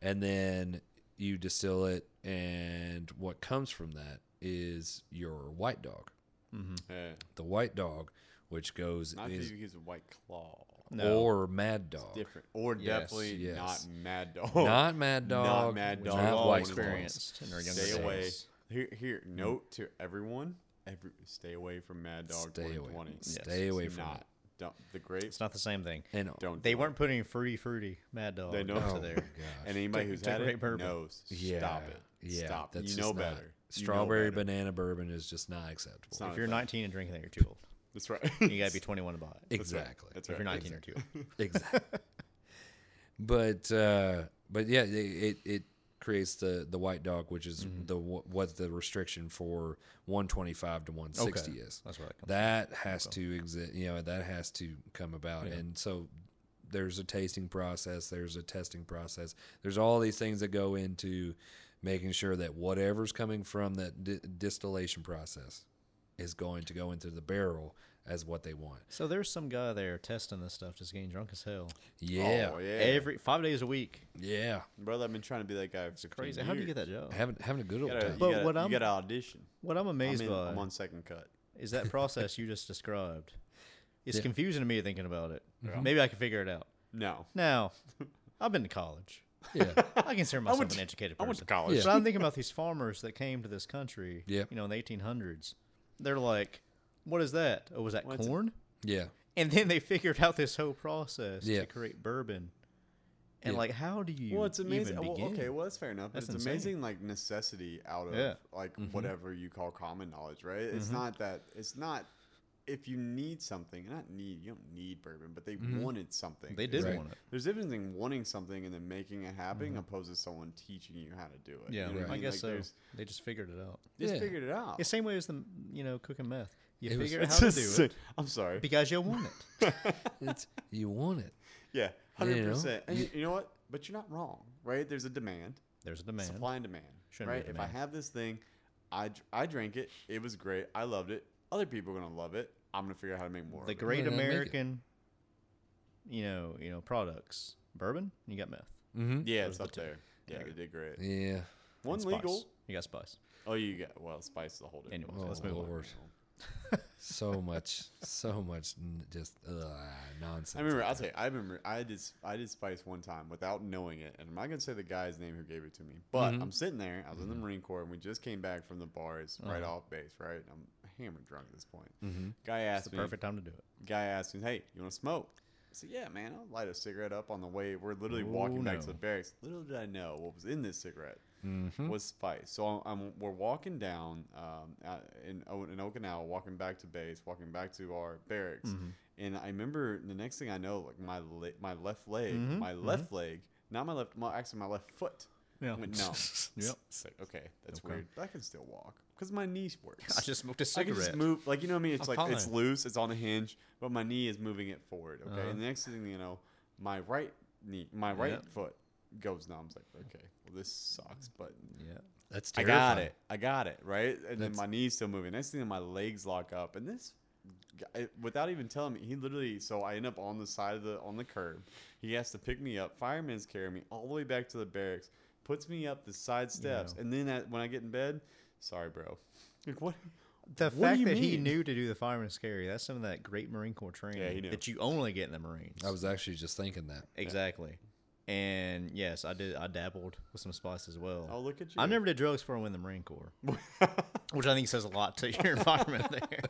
S2: And then you distill it and what comes from that is your white dog.
S3: Yeah.
S2: The white dog which goes
S3: Uh, Not
S2: is,
S3: to use a white claw.
S1: No.
S2: or mad dog.
S3: Different. Or
S1: Yes,
S3: definitely
S2: yes.
S3: not Mad Dog.
S2: Not mad dog.
S3: Mad
S2: not
S3: Dog. Oh,
S2: White Claw.
S1: experienced in our younger
S3: Stay
S1: days.
S3: away. Here, here.
S1: Mm.
S3: Note to everyone: every, stay away from Mad Dog
S2: Stay away.
S3: 2020.
S2: Stay away
S3: It's
S2: from
S3: not. Don't, the grapes.
S1: It's not the same thing.
S2: And
S3: Don't.
S1: They
S3: do it.
S1: weren't putting fruity fruity mad dog
S3: They know.
S1: into
S3: Oh
S1: there.
S2: my gosh.
S3: And anybody
S1: Take-
S3: who's
S1: take
S3: had
S1: great
S3: it
S1: bourbon.
S3: knows.
S2: yeah,
S3: Stop it.
S2: Yeah,
S3: Stop.
S2: That's
S3: you
S2: just
S3: know
S2: not-
S3: better. You know
S2: Strawberry
S3: better.
S2: banana bourbon is just not acceptable.
S3: It's not
S1: If you're
S3: acceptable.
S1: 19 and drinking that, you're too old.
S3: That's right.
S1: You gotta be 21 to buy it.
S2: exactly.
S3: That's
S1: If you're
S3: right.
S1: 19 or too old.
S2: Exactly. but uh, but yeah, it, it it creates the the white dog, which is
S3: Mm-hmm.
S2: the wh- what the restriction for 125 to 160 is.
S1: That's right.
S2: That has to exist. You know, that has to come about, and so there's a tasting process, there's a testing process, there's all these things that go into making sure that whatever's coming from that di- distillation process is going to go into the barrel as what they want.
S1: So there's some guy there testing this stuff, just getting drunk as hell.
S2: Yeah,
S3: Oh, yeah.
S1: Every five days a week.
S2: yeah.
S3: Brother, I've been trying to be that guy for 15
S1: Crazy. How do you get
S3: years.
S1: that job?
S2: Having having a good old
S3: You gotta,
S2: time.
S1: But
S3: you gotta,
S1: what
S3: you
S1: I'm-
S3: gotta audition.
S1: What I'm
S3: I'm,
S1: amazed
S3: in,
S1: by
S3: I'm on second cut.
S1: is that process you just described. It's
S2: Yeah.
S1: confusing to me thinking about it. Maybe I can figure it out.
S3: No.
S1: Now, I've been to college.
S2: Yeah.
S1: I consider myself
S3: went
S1: an
S3: to-
S1: educated
S3: I
S1: person.
S3: went to college.
S2: Yeah.
S1: But I'm thinking about these farmers that came to this country,
S2: Yep.
S1: you know, in the 1800s. They're like, what is that? Oh, was that
S3: What's-
S1: corn?
S2: Yeah.
S1: And then they figured out this whole process
S2: Yeah.
S1: to create bourbon. And
S2: Yeah.
S1: like, how do you
S3: Well, it's amazing.
S1: even
S3: well,
S1: begin?
S3: okay, well that's fair enough. but
S1: That's
S3: it's
S1: insane.
S3: amazing, like necessity out of
S1: Yeah. Mm-hmm.
S3: like whatever you call common knowledge, right? It's not that. It's not if you need something. Not need. You don't need bourbon, but they wanted something.
S1: Mm-hmm. They
S3: It's
S1: did
S2: Right.
S1: want it.
S3: There's a difference in wanting something and then making it happen, opposed to someone teaching you how to do it.
S1: Mm-hmm. Yeah,
S3: you know what
S1: I
S3: mean?
S1: guess
S3: Like,
S1: so.
S3: there's-
S1: They just figured it out.
S3: Just
S2: Yeah.
S3: figured it out.
S1: The same way as the, you know, cooking meth. You
S2: It was-
S1: figure out how to do
S3: insane.
S1: it
S3: I'm sorry.
S1: because you want it.
S2: It's you want it.
S3: Yeah, hundred
S2: You know?
S3: percent. And you, you know what? But you're not wrong, right? There's a demand,
S1: There's a demand.
S3: supply and demand,
S1: Shouldn't be a
S3: right? If I
S1: demand.
S3: have this thing, I dr- I drank it. It was great. I loved it. Other people are gonna love it. I'm gonna figure out how to make more.
S1: the
S3: of it.
S1: great
S2: Why not make it?
S1: American, you know, you know, products. Bourbon, and you got meth.
S2: Mm-hmm.
S3: Yeah, it's up there. Yeah, they did great.
S2: Yeah.
S3: One
S1: and spice.
S3: legal.
S1: You got spice.
S3: Oh, you got well, spice is a whole different.
S1: Anyways,
S2: Oh,
S1: let's move on.
S2: Lord. So much, so much, n- just ugh, nonsense.
S3: I remember.
S2: out
S3: I'll
S2: there.
S3: tell you. I remember. I did. s- I did spice one time without knowing it, and I'm not gonna say the guy's name who gave it to me. But
S1: Mm-hmm.
S3: I'm sitting there. I was in the Marine Corps, and we just came back from the bars, right
S1: Uh-huh.
S3: off base, right. And I'm hammered drunk at this point. Guy
S1: Mm-hmm. It's
S3: asked
S1: the
S3: me.
S1: perfect time to do it.
S3: Guy asked me, "Hey, you want to smoke?" I said, "Yeah, man. I'll light a cigarette up on the way." We're literally walking
S1: Oh,
S3: back to
S1: no.
S3: the barracks. Little did I know what was in this cigarette
S2: Mm-hmm.
S1: Hmm?
S3: was spice. So I'm, I'm- we're walking down um, out in O- in Okinawa, walking back to base, walking back to our barracks,
S1: Mm-hmm.
S3: and I remember the next thing I know, like my le- my left leg,
S1: Mm-hmm,
S3: my left leg, not my left, my, actually my left foot.
S1: Yeah.
S3: I went numb.
S1: Yep.
S3: It's like, okay, that's
S1: Okay.
S3: weird. But I can still walk because my knee works.
S1: I just smoked a
S3: I can
S1: cigarette.
S3: just move, like you know what I mean. It's
S1: I'm
S3: like it's
S1: Oh, fine. Uh-huh.
S3: loose, it's on a hinge, but my knee is moving it forward. Okay, and the next thing you know, my right knee, my right
S1: Yeah.
S3: foot goes numb. It's like, okay, well this sucks, but
S1: Yeah.
S2: That's
S3: I
S2: terrifying.
S3: got it, I got it, right? And then my knee's still moving. Next thing, my legs lock up, and this, guy, without even telling me, he literally. So I end up on the side of the on the curb. He has to pick me up. Fireman's carrying me all the way back to the barracks, puts me up the side steps, and then at, when I get in bed, sorry, bro. Like what?
S1: The
S3: What do
S1: fact
S3: you
S1: that he
S3: mean?
S1: knew to do the fireman's carry, that's some of that great Marine Corps training
S3: he knew.
S1: that you only get in the Marines.
S2: I was actually just thinking that.
S1: exactly. And yes, I did. I dabbled with some spice as well.
S3: Oh, look at
S1: I
S3: you.
S1: never did drugs before I went in the Marine Corps, which I think says a lot to your environment there.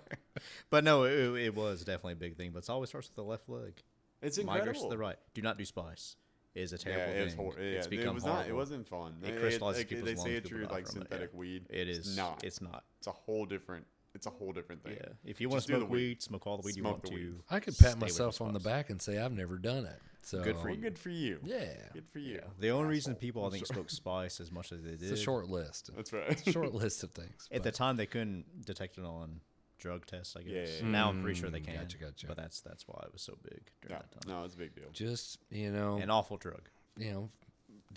S1: But no, it, it was definitely a big thing. But it always starts with the left leg.
S3: It's
S1: Migrates
S3: incredible.
S1: to the right. Do not do spice. It Is a
S3: Yeah,
S1: terrible
S3: it was
S1: thing.
S3: horrible. Yeah,
S1: it's become
S3: it was
S1: horrible.
S3: not. It wasn't fun.
S1: It crystallizes
S3: like,
S1: people's
S3: They say
S1: lungs,
S3: it's
S1: people
S3: your
S1: die
S3: like
S1: from it, yeah.
S3: synthetic weed.
S1: It
S3: It's
S1: is
S3: not.
S1: It's not.
S3: It's a whole different. It's a whole different thing.
S1: Yeah. If you want
S3: Just
S1: to
S3: do the
S1: smoke weed,
S3: weed.
S1: smoke all the weed you
S3: Smoke
S1: want
S3: the weed.
S1: to.
S2: I could
S1: Stay
S2: pat
S1: away from
S2: myself on the
S1: spice.
S2: back and say I've never done it. So
S1: Good for
S3: Well,
S1: you.
S3: good for you.
S2: Yeah,
S3: Good for you.
S1: The only reason people I think smoked spice as much as they
S2: it's a
S1: did
S2: short list.
S3: That's right.
S2: Short list of things.
S1: at the
S2: but-
S1: time they couldn't detect it on drug tests. I
S3: Yeah,
S1: guess
S3: yeah, yeah.
S1: now I'm pretty sure they can.
S2: Mm, gotcha, gotcha.
S1: But that's that's why it was so big during
S3: Yeah.
S1: that time.
S3: No, it's a big deal.
S2: just you know,
S1: An awful drug.
S2: you know,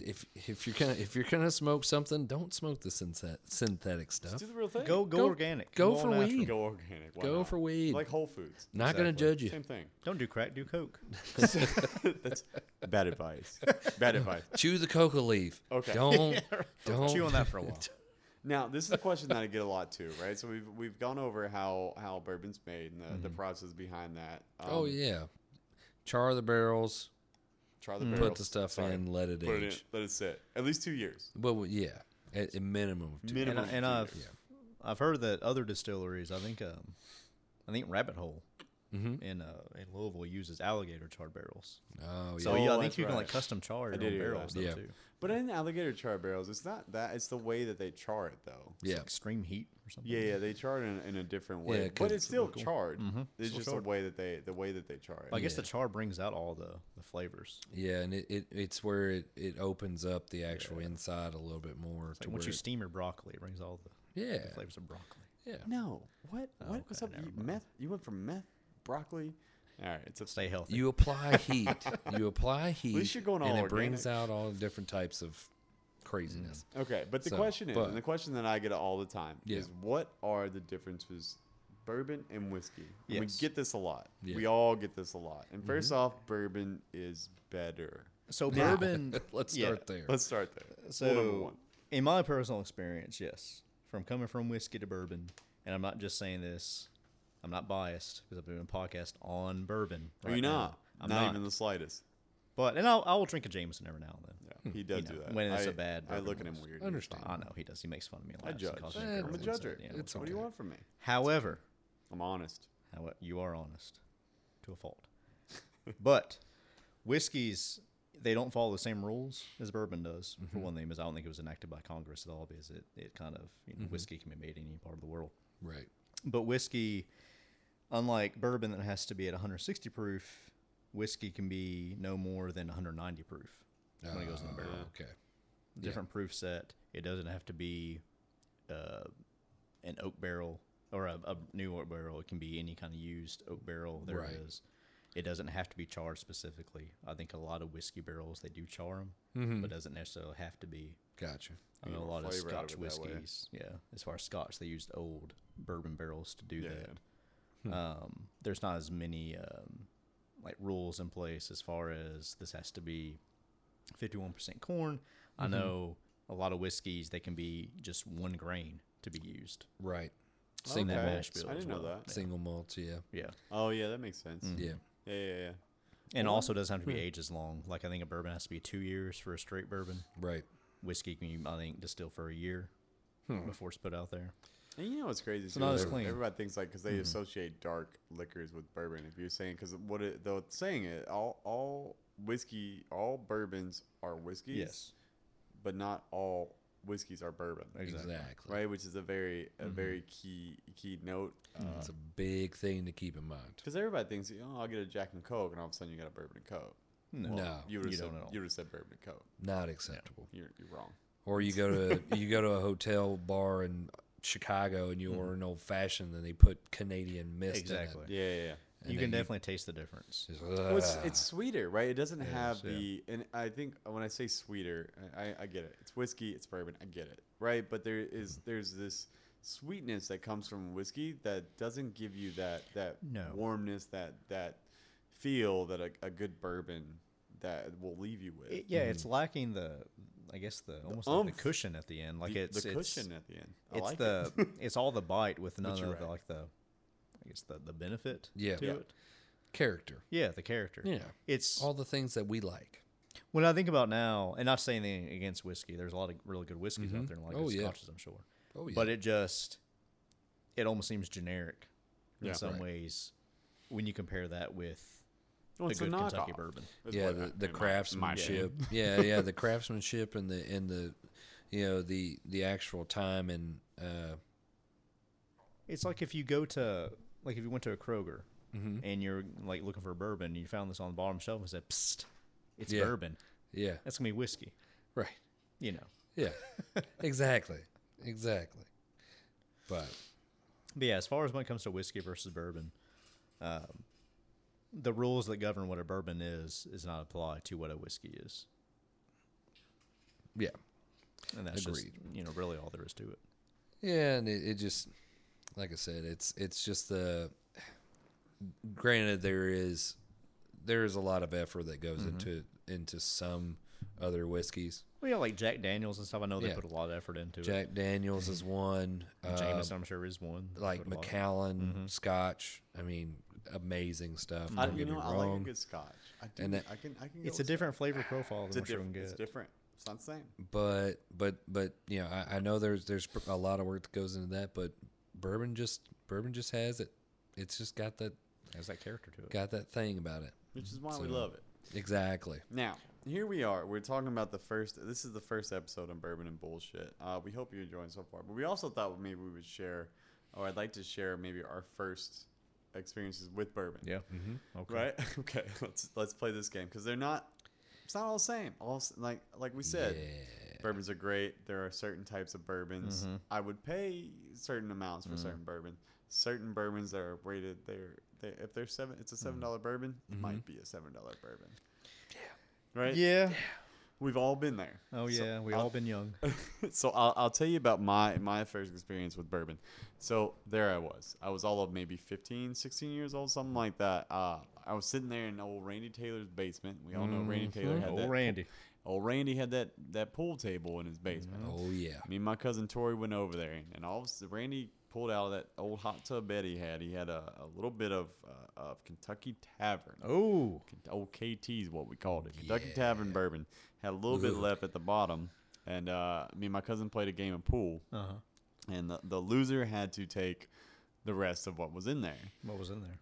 S2: if if you're gonna if you're gonna smoke something, don't smoke the synthet- synthetic stuff.
S3: Do the real thing.
S1: Go go,
S2: Go-
S1: organic.
S2: go
S1: all
S2: for
S1: natural.
S2: weed.
S3: Go organic. Why
S2: Go
S3: not?
S2: for weed.
S3: Like Whole Foods.
S2: Not gonna
S1: Exactly.
S2: judge you.
S3: Same thing.
S1: Don't do crack. Do coke.
S3: That's bad advice. Bad advice.
S2: Chew the coca leaf.
S3: Okay.
S2: Don't don't
S1: Chew on that for a while.
S3: Now, this is a question that I get a lot too, right? So we've we've gone over how how bourbon's made and the, the
S1: Mm-hmm.
S3: process behind that. Um,
S2: oh yeah, char the barrels.
S3: Try the
S2: Put
S3: barrels.
S2: the stuff
S3: Sorry.
S2: in. Let it
S3: Hmm. Put it in.
S2: age.
S3: Let it sit. At least two years.
S2: Well, well, yeah, at a minimum of two.
S1: And, I-
S3: Minimum.
S1: and
S3: two
S1: I've
S3: years.
S1: I've heard that other distilleries. I think um, I think Rabbit Hole
S2: Mm-hmm.
S1: in uh, in Louisville uses alligator charred barrels.
S2: Oh yeah.
S1: So yeah, I
S3: Oh,
S1: think
S3: that's
S1: you can
S3: right.
S1: like custom char your
S3: did
S1: own
S3: hear that.
S1: barrels though,
S2: Yeah.
S1: too.
S3: But in alligator char barrels, it's not that. It's the way that they char it, though.
S1: It's
S2: yeah.
S1: like extreme heat or something.
S3: Yeah, yeah, they char it in, in a different way,
S2: Yeah, 'cause Mm-hmm.
S3: but
S2: it's
S3: it's still charred. It's
S1: Still
S3: just
S1: charred.
S3: the way that they the way that they char it.
S1: But I guess the char brings out all the, the flavors.
S2: Yeah, and it, it it's where it, it opens up the actual inside a little bit more to
S1: Like once
S2: where
S1: you
S2: it-
S1: steam your broccoli, it brings all the,
S2: yeah,
S1: the flavors of broccoli.
S2: yeah.
S3: No, what
S2: Oh,
S3: what was
S1: okay,
S3: up?
S1: never
S3: You,
S1: mind.
S3: meth? You went from meth, broccoli. All right, it's a
S1: Stay healthy.
S2: You apply heat. you apply heat.
S3: least you're going
S2: and
S3: all
S2: it brings
S3: organic.
S2: out all the different types of craziness.
S3: Okay, but the
S2: So,
S3: question is,
S2: but-
S3: and the question that I get all the time
S2: Yeah.
S3: is, what are the differences bourbon and whiskey? And
S1: Yes.
S3: We get this a lot.
S2: Yeah. Mm-hmm.
S3: We all get this a lot. And 1st off, bourbon is better.
S1: so
S3: Now-
S1: bourbon.
S2: Let's
S1: yeah.
S2: start there.
S3: Let's start there. Rule number
S1: So,
S3: one.
S1: in my personal experience, yes, from coming from whiskey to bourbon, and I'm not just saying this, I'm not biased because I've been doing a podcast on bourbon.
S3: Are
S1: right
S3: you
S1: now.
S3: not?
S1: I'm
S3: not,
S1: not.
S3: even the slightest.
S1: But and I'll, I will drink a Jameson every now and then.
S3: Yeah, he does
S1: know,
S3: do that.
S1: Hmm. when it's
S3: I-
S1: a bad
S3: I
S1: bourbon
S3: look at him
S1: was-
S3: weird.
S2: Understand.
S1: I know he does. He makes fun of me a lot.
S3: I
S1: and
S3: judge.
S1: calls me
S2: Eh,
S1: a
S2: I'm
S1: girl
S3: I'm a
S1: and
S3: judger.
S1: stuff, yeah.
S2: It's
S3: what do you
S2: okay.
S3: want from me?
S1: However,
S3: I'm honest.
S1: How you are honest to a fault. but whiskeys, they don't follow the same rules as bourbon does. For one thing, because I don't think it was enacted by Congress at all, because it, it kind of, you know, whiskey can be made in any part of the world.
S2: right.
S1: But whiskey, unlike bourbon that has to be at 160 proof, whiskey can be no more than 190 proof when it goes in the barrel.
S2: Uh, okay.
S1: Different proof set. It doesn't have to be uh, an oak barrel or a, a new oak barrel. It can be any kind of used oak barrel there
S2: Right.
S1: it is. It doesn't have to be charred specifically. I think a lot of whiskey barrels they do char them, but doesn't necessarily have to be.
S2: Gotcha.
S1: I
S3: You
S1: know a
S3: get
S1: lot of
S3: flavor out of
S1: Scotch
S3: it that way.
S1: whiskeys. Yeah, as far as Scotch, they used old bourbon barrels to do
S3: Yeah,
S1: that. Um, there's not as many um, like rules in place as far as this has to be 51% corn. I know a lot of whiskeys they can be just one grain to be used.
S2: Right.
S1: And
S2: Single
S1: then
S3: Okay.
S2: malts.
S1: mash bill
S3: I
S1: as
S3: didn't know
S1: well.
S3: that.
S2: Single malts. Yeah.
S1: Yeah.
S3: Oh yeah, that makes sense.
S1: Mm.
S2: Yeah.
S3: Yeah, yeah, yeah.
S1: And also doesn't have to be ages long. Like I think a bourbon has to be two years for a straight bourbon.
S2: Right.
S1: Whiskey can I think distill for a year before it's put out there.
S3: And you know what's crazy? too,
S1: not
S3: is
S1: as clean. Mm-hmm.
S3: Everybody thinks like because they associate dark liquors with bourbon. If you're saying because what it, though it's saying it all all whiskey all bourbons are whiskeys, but not all whiskeys are bourbon,
S2: Exactly.
S3: right? Which is a very a very key key note
S2: It's a big thing to keep in mind.
S3: because everybody thinks oh I'll get a Jack and Coke and all of a sudden you got a bourbon and Coke.
S2: No,
S3: You would
S1: you
S3: have said
S1: don't at all.
S3: you would have said bourbon and Coke.
S2: not acceptable.
S3: You're you're wrong.
S2: Or you go to you go to a hotel bar in Chicago and you order an old fashioned, and they put Canadian mist
S1: Exactly.
S3: Yeah, yeah. yeah.
S1: You can definitely taste the difference.
S2: in it. Just, uh,
S3: Well, it's,
S2: ugh.
S3: it's sweeter, right? It doesn't have
S1: yeah.
S3: the, and I think when I say sweeter, I, I, I get it. It's whiskey, it's bourbon, I get it, right? But there is there's this sweetness that comes from whiskey that doesn't give you that that
S1: No.
S3: warmness, that that feel that a, a good bourbon that will leave you with.
S1: It- yeah, it's lacking the, I guess the almost like
S3: Mm. oomph.
S1: the cushion at the end. Like
S3: the,
S1: it's
S3: the
S1: it's,
S3: cushion at the end. I
S1: it's
S3: like
S1: the
S3: it.
S1: it's all the bite with none of
S3: you're
S1: the,
S3: right.
S1: like the, I guess the the benefit.
S2: yeah.
S1: to it.
S2: Character.
S1: Yeah, the character.
S2: Yeah.
S1: it's
S2: All the things that we like.
S1: when I think about now, and not saying anything against whiskey. There's a lot of really good whiskeys
S3: Mm-hmm.
S1: out there, and a lot of
S2: Oh,
S1: good
S2: yeah.
S1: scotches, I'm sure.
S2: Oh yeah.
S1: But it just, it almost seems generic in
S3: Yeah.
S1: some
S2: Right.
S1: ways when you compare that with
S3: Well,
S1: the
S3: it's a
S1: good Kentucky
S3: knockoff.
S1: bourbon.
S3: That's
S2: yeah
S3: what I-
S2: the,
S3: in
S2: the
S3: my- in my
S2: craftsmanship
S3: opinion.
S2: yeah yeah the craftsmanship and the and the you know the the actual time and uh
S1: It's like if you go to like if you went to a Kroger and you're like looking for a bourbon and you found this on the bottom shelf and said, Psst, it's
S2: Yeah.
S1: bourbon.
S2: yeah
S1: That's gonna be whiskey.
S2: right
S1: You know.
S2: yeah exactly exactly but
S1: But yeah, as far as when it comes to whiskey versus bourbon, um, the rules that govern what a bourbon is is not apply to what a whiskey is.
S2: yeah
S1: And that's
S2: Agreed.
S1: just you know, really all there is to it.
S2: yeah and it, it just like i said it's it's just the granted there is there is a lot of effort that goes into into some other whiskeys
S1: Well yeah, like Jack Daniels and stuff, I know they
S2: Yeah.
S1: put a lot of effort into it.
S2: jack daniels is one uh,
S1: Jameson, I'm sure, is one. that
S2: like
S1: put a lot of-
S2: McAllen Scotch. I mean, amazing stuff.
S3: I,
S2: Don't
S3: you
S2: get me
S3: know, I like a
S2: wrong,
S3: good scotch. I do.
S2: And that-
S3: I can. I can.
S1: It's a
S3: go with that.
S1: different flavor profile
S3: It's
S1: than
S3: a
S1: what you can
S3: different.
S1: get.
S3: It's different. It's not the same.
S2: but but but you know, I, I know there's there's pr- a lot of work that goes into that, but bourbon just bourbon just has it. It's just got that
S1: has that character to it.
S2: Got that thing about it.
S3: which is why we
S2: So-
S3: love it.
S2: Exactly.
S3: Now, here we are. We're talking about the first. This is the first episode on bourbon and bullshit. Uh, we hope you're enjoying so far. But we also thought maybe we would share, or I'd like to share maybe our first experiences with bourbon.
S1: Yeah. Mm-hmm. Okay.
S3: Right. okay. Let's let's play this game because they're not. It's not all the same. All s- like like we said, bourbons are great. There are certain types of bourbons.
S1: Mm-hmm.
S3: I would pay certain amounts for certain bourbon. Certain bourbons that are rated, they're they, if they're seven, it's a
S1: Mm-hmm.
S3: seven dollar bourbon. It might be a seven dollar bourbon. Yeah. Right.
S1: Yeah.
S3: We've all been there.
S1: Oh
S3: So
S1: yeah. we
S2: uh,
S3: I'll-
S1: all been young.
S3: so I'll, I'll tell you about my my first experience with bourbon. So there I was. I was all of maybe 15, 16 years old, something like that. Uh, I was sitting there in old Randy Taylor's basement. We all know Randy Taylor had that.
S1: Mm-hmm. Old Oh, Randy.
S3: Old Randy had that that pool table in his basement.
S2: Oh yeah.
S3: Me and my cousin Tori went over there, and, and all of a sudden Randy pulled out of that old hot tub bed he had. He had a, a little bit of uh, of Kentucky Tavern.
S1: Oh.
S3: Kent- old KT is what we called it. Kentucky Tavern Bourbon had a little bit left at the bottom, and uh, me and my cousin played a game of pool,
S1: Uh huh.
S3: and the, the loser had to take the rest of what was in there.
S1: What was in there?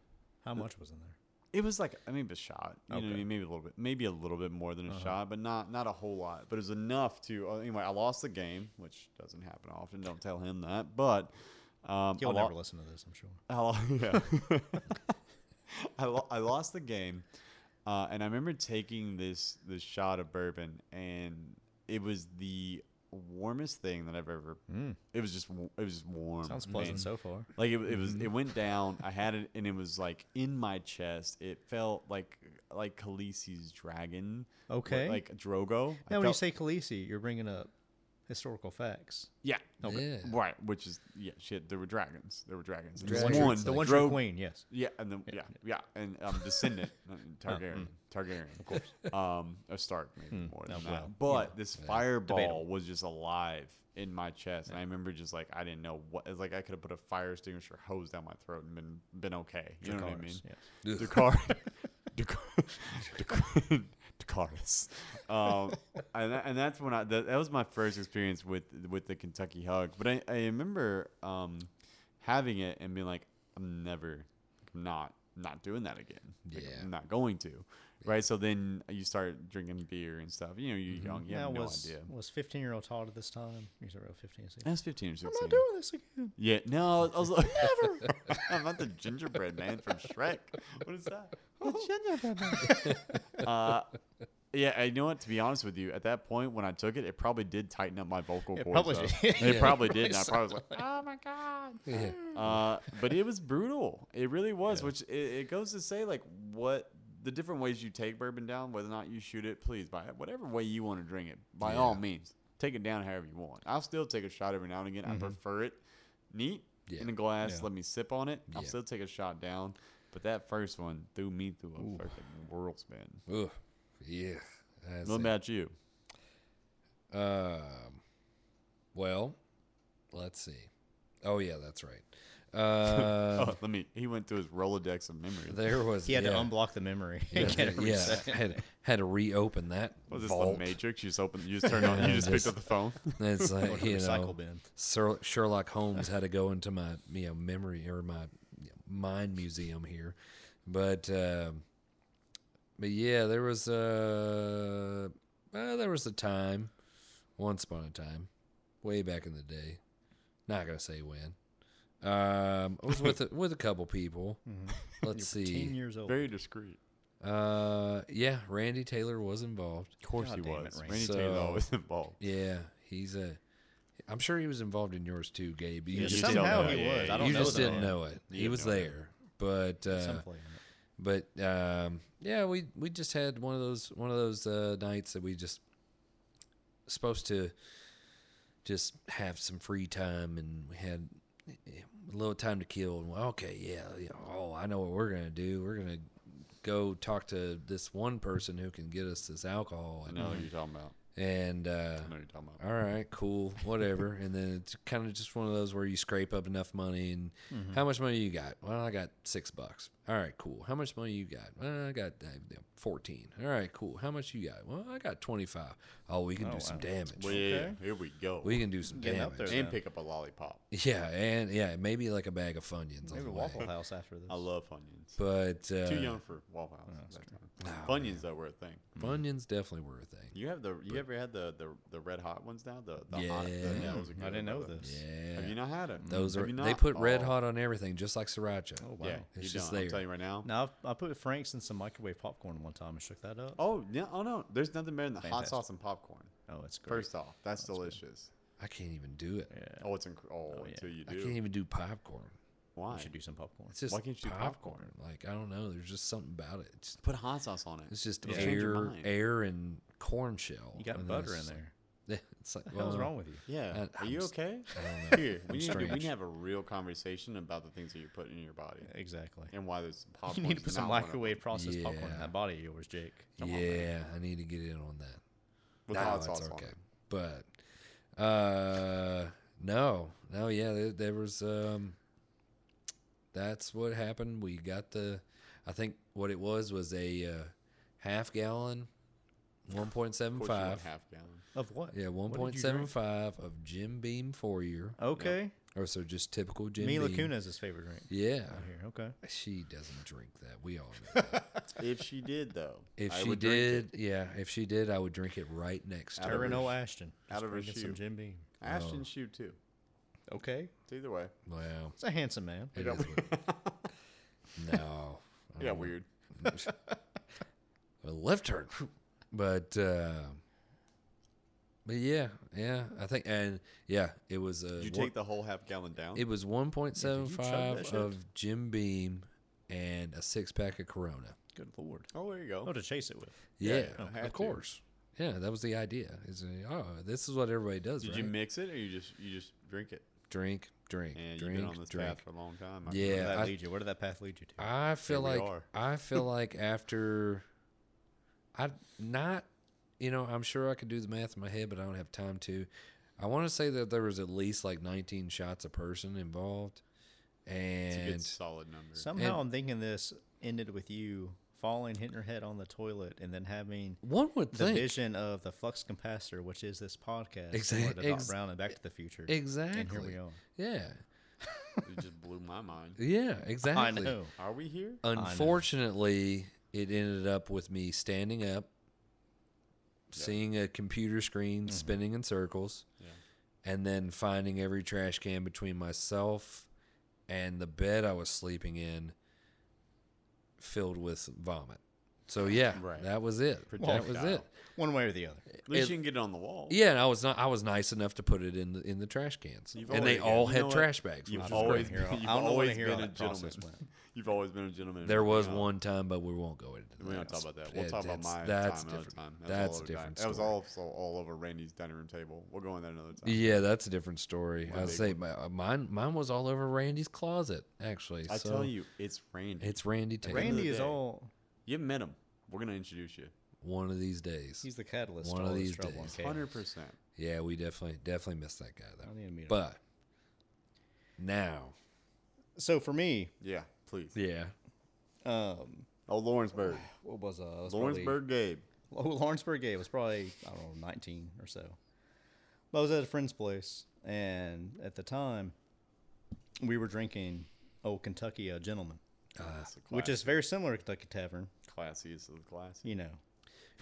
S1: How much was in there?
S3: It was like I mean, a shot. You know what I
S1: Okay. Uh-huh.
S3: mean? Maybe a little bit, maybe a little bit more than a shot, but not not a whole lot. But it was enough to uh, anyway. I lost the game, which doesn't happen often. Don't tell him that, but. Um,
S1: He'll
S3: I lo-
S1: never listen to this, I'm sure.
S3: I lo- yeah. I, lo- I lost the game, uh, and I remember taking this this shot of bourbon, and it was the warmest thing that I've ever. It was just wa- it was just warm.
S1: Hmm. Sounds pleasant
S3: man.
S1: so far.
S3: Like it, it was,
S1: Mm-hmm.
S3: it went down. I had it, and it was like in my chest. It felt like like Khaleesi's dragon. wh-
S1: Okay.
S3: Like Drogo. I
S1: Now, when you
S3: felt-
S1: say Khaleesi, you're bringing up historical facts.
S3: yeah,
S2: Okay. Yeah.
S3: right, which is yeah, shit. There were dragons. There were dragons. and there was
S2: Dragons.
S3: one,
S1: The
S2: Like
S1: one
S3: Dro-
S1: true queen, yes.
S3: Yeah, and then yeah, yeah, and um, descendant uh, Targaryen,
S1: Uh-huh. Mm.
S3: Targaryen, of course, um, a Stark maybe more than
S1: no,
S3: that.
S1: Hmm. Oh, well,
S3: but this fireball
S1: debatable.
S3: was just alive in my chest, and I remember just like I didn't know what. It's like I could have put a fire extinguisher hose down my throat and been been okay. You know what I
S1: Dracarys,
S3: mean?
S1: yes.
S2: Ugh.
S3: Dracar, Dracar, Dracar, Dracarys. Um, and, that, and that's when I that, that was my first experience with with the Kentucky hug. But I, I remember um, having it and being like, I'm never, I'm not not doing that again. Like,
S2: Yeah.
S3: I'm not going to. Right, so then you start drinking beer and stuff. You know, you're young, you
S1: now,
S3: have no
S1: Mm-hmm. was
S3: idea.
S1: was 15 year old Todd at this time? He's around 15 or 16.
S3: I was 15 or 16.
S1: I'm not doing this again.
S3: Yeah, no, I was like, never. I'm not the gingerbread man from Shrek. What is that? uh, yeah, I you know what? To be honest with you, at that point when I took it, it probably did tighten up my vocal
S1: It
S3: cords.
S1: probably
S3: though.
S1: did.
S3: It
S2: Yeah.
S3: probably did. And I probably was like, oh my god. Uh, but it was brutal. It really was. Which it, it goes to say like what the different ways you take bourbon down, whether or not you shoot it. Please, by whatever way you want to drink it, by all means, take it down however you want. I'll still take a shot every now and again. I prefer it neat in a
S2: Mm-hmm. Yeah.
S3: glass.
S1: Yeah.
S3: Let me sip on it. I'll
S2: Yeah.
S3: still take a shot down. But that first one threw me through a freaking whirlspin.
S2: Ugh. Yeah. That's
S3: What
S2: it.
S3: about you?
S2: Um, well, let's see. Oh yeah, that's right. Uh,
S3: oh, let me. He went through his Rolodex of memories.
S2: there was
S1: He had
S2: yeah,
S1: to unblock the memory. and get it
S2: yeah,
S1: reset.
S2: had had to reopen that
S3: Was this the
S2: vault.
S3: Matrix? You just opened. You just turned on. You
S2: Yeah,
S3: just picked
S2: just-
S3: up the phone.
S2: It's
S1: Or
S2: like
S1: the
S2: you know,
S1: recycle bin.
S2: Sir- Sherlock Holmes had to go into my you know memory or my you know, mind museum here, but um but yeah, there was uh, uh, there was a time, once upon a time, way back in the day, not gonna say when. Um, I was with a, with a couple people. Let's
S1: Ten
S2: see.
S1: years old.
S3: Very discreet.
S2: Uh, yeah, Randy Taylor was involved.
S3: Of course
S1: God
S3: he
S1: damn it,
S3: was.
S1: Randy.
S3: Randy Taylor
S2: So-
S3: always involved.
S2: Yeah, he's a. I'm sure he was involved in yours too, Gabe. You
S1: Yeah,
S2: just
S3: don't
S1: somehow
S3: know.
S1: he
S3: Yeah, yeah,
S1: was.
S3: yeah.
S1: I don't
S2: you
S1: know
S2: just
S1: though.
S2: didn't know it.
S3: You
S2: he
S3: didn't
S2: was
S3: know it.
S2: there, but uh,
S1: Some play in it.
S2: but um, yeah, we we just had one of those one of those uh, nights that we just supposed to just have some free time, and we had a little time to kill. And well, okay, yeah, you know, oh, I know what we're gonna do. We're gonna go talk to this one person who can get us this alcohol,
S3: I
S2: and
S3: know what you're talking about.
S2: and uh,
S3: I know you're talking about.
S2: all right, cool, whatever. and then it's kind of just one of those where you scrape up enough money and how much money you got? Well, I got six bucks. All right, cool. How much money you got? Well, I got uh, yeah, fourteen. All right, cool. How much you got? Well, I got twenty five. Oh, we can do some damage.
S3: Well, yeah, yeah, here we go.
S2: We can do some
S1: Getting
S2: damage.
S1: up there.
S3: and
S1: though.
S3: pick up a lollipop.
S2: Yeah, and yeah, maybe like a bag of Funyuns.
S1: Maybe
S2: on the
S1: Waffle
S2: Way.
S1: House after this.
S3: I love Funyuns.
S2: But uh,
S3: Too young for Waffle House. at that time. Funyuns though were a thing.
S2: Funyuns definitely were a thing.
S3: You have the you ever had the the, the red hot ones now? The, the hot, the,
S2: Yeah.
S3: those are
S1: Hmm, I
S3: good,
S1: didn't know
S3: brother.
S1: this.
S2: Yeah,
S3: Have you not had them?
S2: those
S3: Have
S2: are
S3: you
S2: they
S3: not?
S2: put red
S3: Oh,
S2: hot on everything, just like sriracha.
S1: Oh wow.
S3: Yeah,
S2: It's
S3: you
S2: just
S3: don't.
S2: there.
S3: I'm telling you right now.
S1: Now I've- I put Frank's in some microwave popcorn one time and shook that up.
S3: Oh yeah, oh no, there's nothing better than the hot
S1: Fantastic.
S3: sauce and popcorn.
S1: Oh, it's great.
S3: First off, that's delicious.
S2: I can't even do it.
S1: yeah,
S3: Oh, it's inc- oh,
S1: yeah.
S3: until you
S2: I can't
S3: do.
S2: even do popcorn.
S3: Why?
S1: we should do some popcorn.
S2: It's just
S3: Why can't you do
S2: popcorn? Like I don't know. There's just something about it. It's,
S3: Put hot sauce on it.
S2: it's just
S3: It'll change your
S2: air,
S3: mind.
S2: air and corn shell.
S1: You got
S2: and then
S1: butter in
S2: it's just
S1: there.
S2: like- it's like
S1: What's
S2: well,
S1: wrong with you?
S3: Yeah.
S2: I-
S3: Are
S2: Uh, I'm
S3: you
S2: s-
S3: okay?
S2: I don't know.
S3: Here, we
S2: I'm
S3: need, to, do- we need
S2: strange.
S3: to have a real conversation about the things that you put in your body
S1: Exactly.
S3: and why there's popcorn.
S1: You need to put some microwave processed popcorn
S2: Yeah.
S1: in that body of yours, Jake. Come on, man.
S2: yeah, I need to get in on that.
S3: with
S2: No,
S3: hot
S2: it's
S3: sauce on
S2: okay.
S3: it.
S2: But uh, no, no, yeah, there, there was. Um, that's what happened. We got the, I think what it was was a uh, half gallon, one point
S3: Of
S2: seven
S3: course, you want
S2: five.
S3: half gallon.
S1: Of what?
S2: Yeah, one
S1: What did
S2: point
S1: you drink?
S2: seven five of Jim Beam four year,
S1: Okay.
S2: or so just typical Jim
S1: Mila
S2: Beam.
S1: Kunis is his favorite drink.
S2: Yeah,
S1: Here, okay.
S2: she doesn't drink that. We all know. That.
S3: If she did though,
S2: If
S3: I
S2: she
S3: would drink it.
S2: did, yeah, if she did, I would drink it right next to
S3: Out
S2: her.
S3: of
S1: Her and
S3: her
S1: O
S3: sh-
S1: Ashton. Just
S3: out of her
S1: drinking some
S3: shoe.
S1: Jim Beam.
S2: oh.
S3: Ashton shoe too.
S1: Okay.
S3: It's either way.
S2: Well,
S1: It's a handsome man.
S2: it is what- no. I
S3: It got
S2: don't-
S3: weird.
S2: a left turn. But uh, but yeah, yeah, I think and yeah, it was a
S3: Did you
S2: one-
S3: take the whole half gallon down?
S2: it was one point seven
S1: that
S2: five
S1: shit?
S2: of Jim Beam and a six pack of Corona.
S1: Good lord.
S3: oh, there you
S1: Oh,
S3: go.
S1: to chase it with.
S3: Yeah,
S2: Yeah,
S3: I Oh, had to.
S2: of course. Yeah, that was the idea. Is uh, oh, this is what everybody does,
S3: Did
S2: right?
S3: you mix it or you just you just drink it?
S2: drink, drink,
S3: And you've been on
S2: drink,
S3: this
S2: drink.
S3: path for a long time. I-
S1: Where did
S2: Yeah,
S1: that
S2: I-
S1: lead you? Where did that path lead you to?
S2: I feel
S3: we
S2: like
S3: are.
S2: I feel like after I not you know, I'm sure I could do the math in my head, but I don't have time to. I want to say that there was at least like 19 shots a person involved.
S3: It's a good
S2: And
S3: solid number.
S1: Somehow I'm thinking this ended with you falling, hitting your head on the toilet, and then having
S2: one would
S1: the
S2: think
S1: vision of the flux capacitor, which is this podcast,
S2: Exa-
S1: similar to Doc
S2: ex-
S1: Brown and Back to the Future.
S2: exactly.
S1: And here we are.
S2: Yeah.
S3: it just blew my mind.
S2: Yeah, exactly.
S1: I know.
S3: Are we here?
S2: Unfortunately, it ended up with me standing up, seeing a computer screen
S3: Mm-hmm.
S2: spinning in circles, and then finding every trash can between myself and the bed I was sleeping in filled with vomit. So yeah,
S3: Right.
S2: that was it. that was it.
S3: Projectile.
S1: One way or the other.
S3: At least you can get it on the wall.
S2: Yeah, and I was not. I was nice enough to put it in the in the trash cans,
S3: You've
S2: and they
S3: always-
S2: all
S3: you know
S2: had
S3: what?
S2: trash bags.
S3: You've
S2: which was
S3: always
S2: great.
S1: great.
S3: been, you've
S1: I don't wanna
S3: always
S1: hear
S3: been
S1: how
S3: a
S1: that process
S3: gentleman. You've always been a gentleman.
S2: There was
S3: Yeah.
S2: one time, but we won't go into that.
S3: We don't talk about that. We'll
S2: It-
S3: talk about
S2: that's-
S3: my
S2: that's
S3: time
S2: different.
S3: another time. That was all
S2: That's
S3: over
S2: different.
S3: That was
S2: story.
S3: also all over Randy's dining room table. We'll go in there another time.
S2: Yeah, that's a different story. I
S3: big
S2: say my, uh, mine. Mine was all over Randy's closet, actually.
S3: I
S2: so
S3: tell you, it's Randy.
S2: it's Randy Taylor.
S3: end of
S1: Randy
S3: the
S1: is
S3: day-
S1: all.
S3: you haven't met him. We're gonna introduce you.
S2: One of these days.
S1: He's the catalyst.
S2: One
S1: to
S2: of
S1: all this
S2: these
S1: trouble and
S2: days.
S1: chaos.
S3: Hundred percent.
S2: yeah, we definitely definitely missed that guy
S1: I
S2: though.
S1: need to meet him.
S2: But now,
S1: So for me,
S3: Yeah, please.
S2: yeah,
S1: um,
S3: Oh, Lawrenceburg.
S1: what was uh, I was probably-
S3: Lawrenceburg Gabe.
S1: Oh, Lawrenceburg Gay was probably I don't know nineteen or so. But I was at a friend's place, and at the time, we were drinking old Kentucky uh, Gentleman,
S3: That's a
S1: which is very similar to Kentucky Tavern,
S3: classiest of the class.
S1: you know.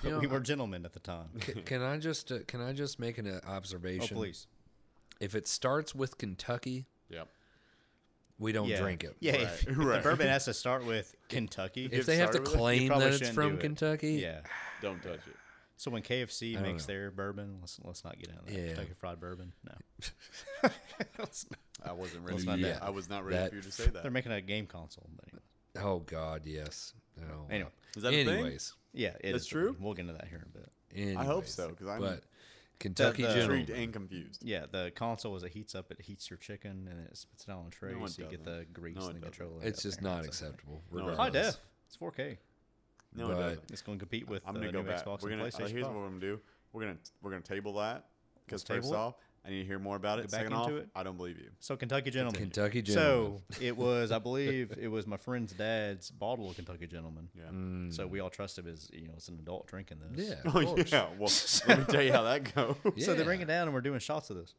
S1: But
S2: You know,
S1: we
S2: I-
S1: were gentlemen at the time.
S2: C- can I just uh, can I just make an uh,
S1: Oh
S2: observation?
S1: please,
S2: If it starts with Kentucky,
S3: Yep.
S2: we don't
S1: yeah.
S2: drink it.
S1: Yeah, if,
S3: Right,
S1: if
S3: right.
S1: the bourbon has to start with Kentucky.
S2: If they have to
S3: started with it, you
S2: claim
S1: probably
S2: that it's
S1: shouldn't do
S2: from
S1: it.
S2: Kentucky,
S1: yeah.
S3: Don't touch it.
S1: So when KFC
S2: don't
S1: makes
S2: know.
S1: their bourbon, let's let's not get down that
S2: Yeah.
S1: Kentucky Fried Bourbon. No,
S3: I wasn't ready.
S1: Let's
S3: for
S1: not do
S3: that.
S2: that.
S3: I was not ready
S2: That-
S3: for you to say that.
S1: they're making a game console. But anyway,
S2: Oh God, yes. Oh,
S1: Anyway.
S3: Is that a thing?
S2: anyways,
S1: yeah, it
S3: That's
S1: is
S3: true?
S1: We'll get into that here in a bit.
S2: anyways,
S3: I hope so, 'cause I'm
S2: but Kentucky
S3: uh,
S1: the-
S2: Gentleman.
S3: Intrigued and confused.
S1: Yeah, the console is it heats up, it heats your chicken, and then it spits it out on a tray,
S3: No, it
S1: so you get the
S3: doesn't.
S1: grease
S3: No,
S1: and
S3: it
S1: the
S3: doesn't.
S1: controller.
S2: It's
S1: up
S2: just
S1: there.
S2: not
S1: It's like-
S2: acceptable.
S3: No,
S1: High
S2: regardless.
S1: def. It's 4K.
S3: No,
S2: But-
S3: it doesn't.
S1: It's going to compete with
S3: I'm
S1: the
S3: gonna go
S1: new
S3: back.
S1: Xbox
S3: We're
S1: and
S3: gonna. uh,
S1: PlayStation.
S3: here's
S1: 5.
S3: what I'm gonna do. We're gonna we're gonna table that because
S1: Let's table
S3: first
S1: it.
S3: off, I need to hear more about it.
S1: Get back
S3: Second off,
S1: into it.
S3: I don't believe you.
S1: So Kentucky gentleman.
S2: Kentucky
S1: So
S2: gentleman.
S1: it was, I believe, it was my friend's dad's bottle of Kentucky gentleman.
S3: Yeah.
S1: So
S3: Mm.
S1: we all trusted it as you know, it's an adult drinking this.
S2: yeah. of
S3: Oh
S2: course.
S3: yeah. Well, let me tell you how that goes.
S1: So they
S2: Yeah.
S1: bring it down and we're doing shots of this.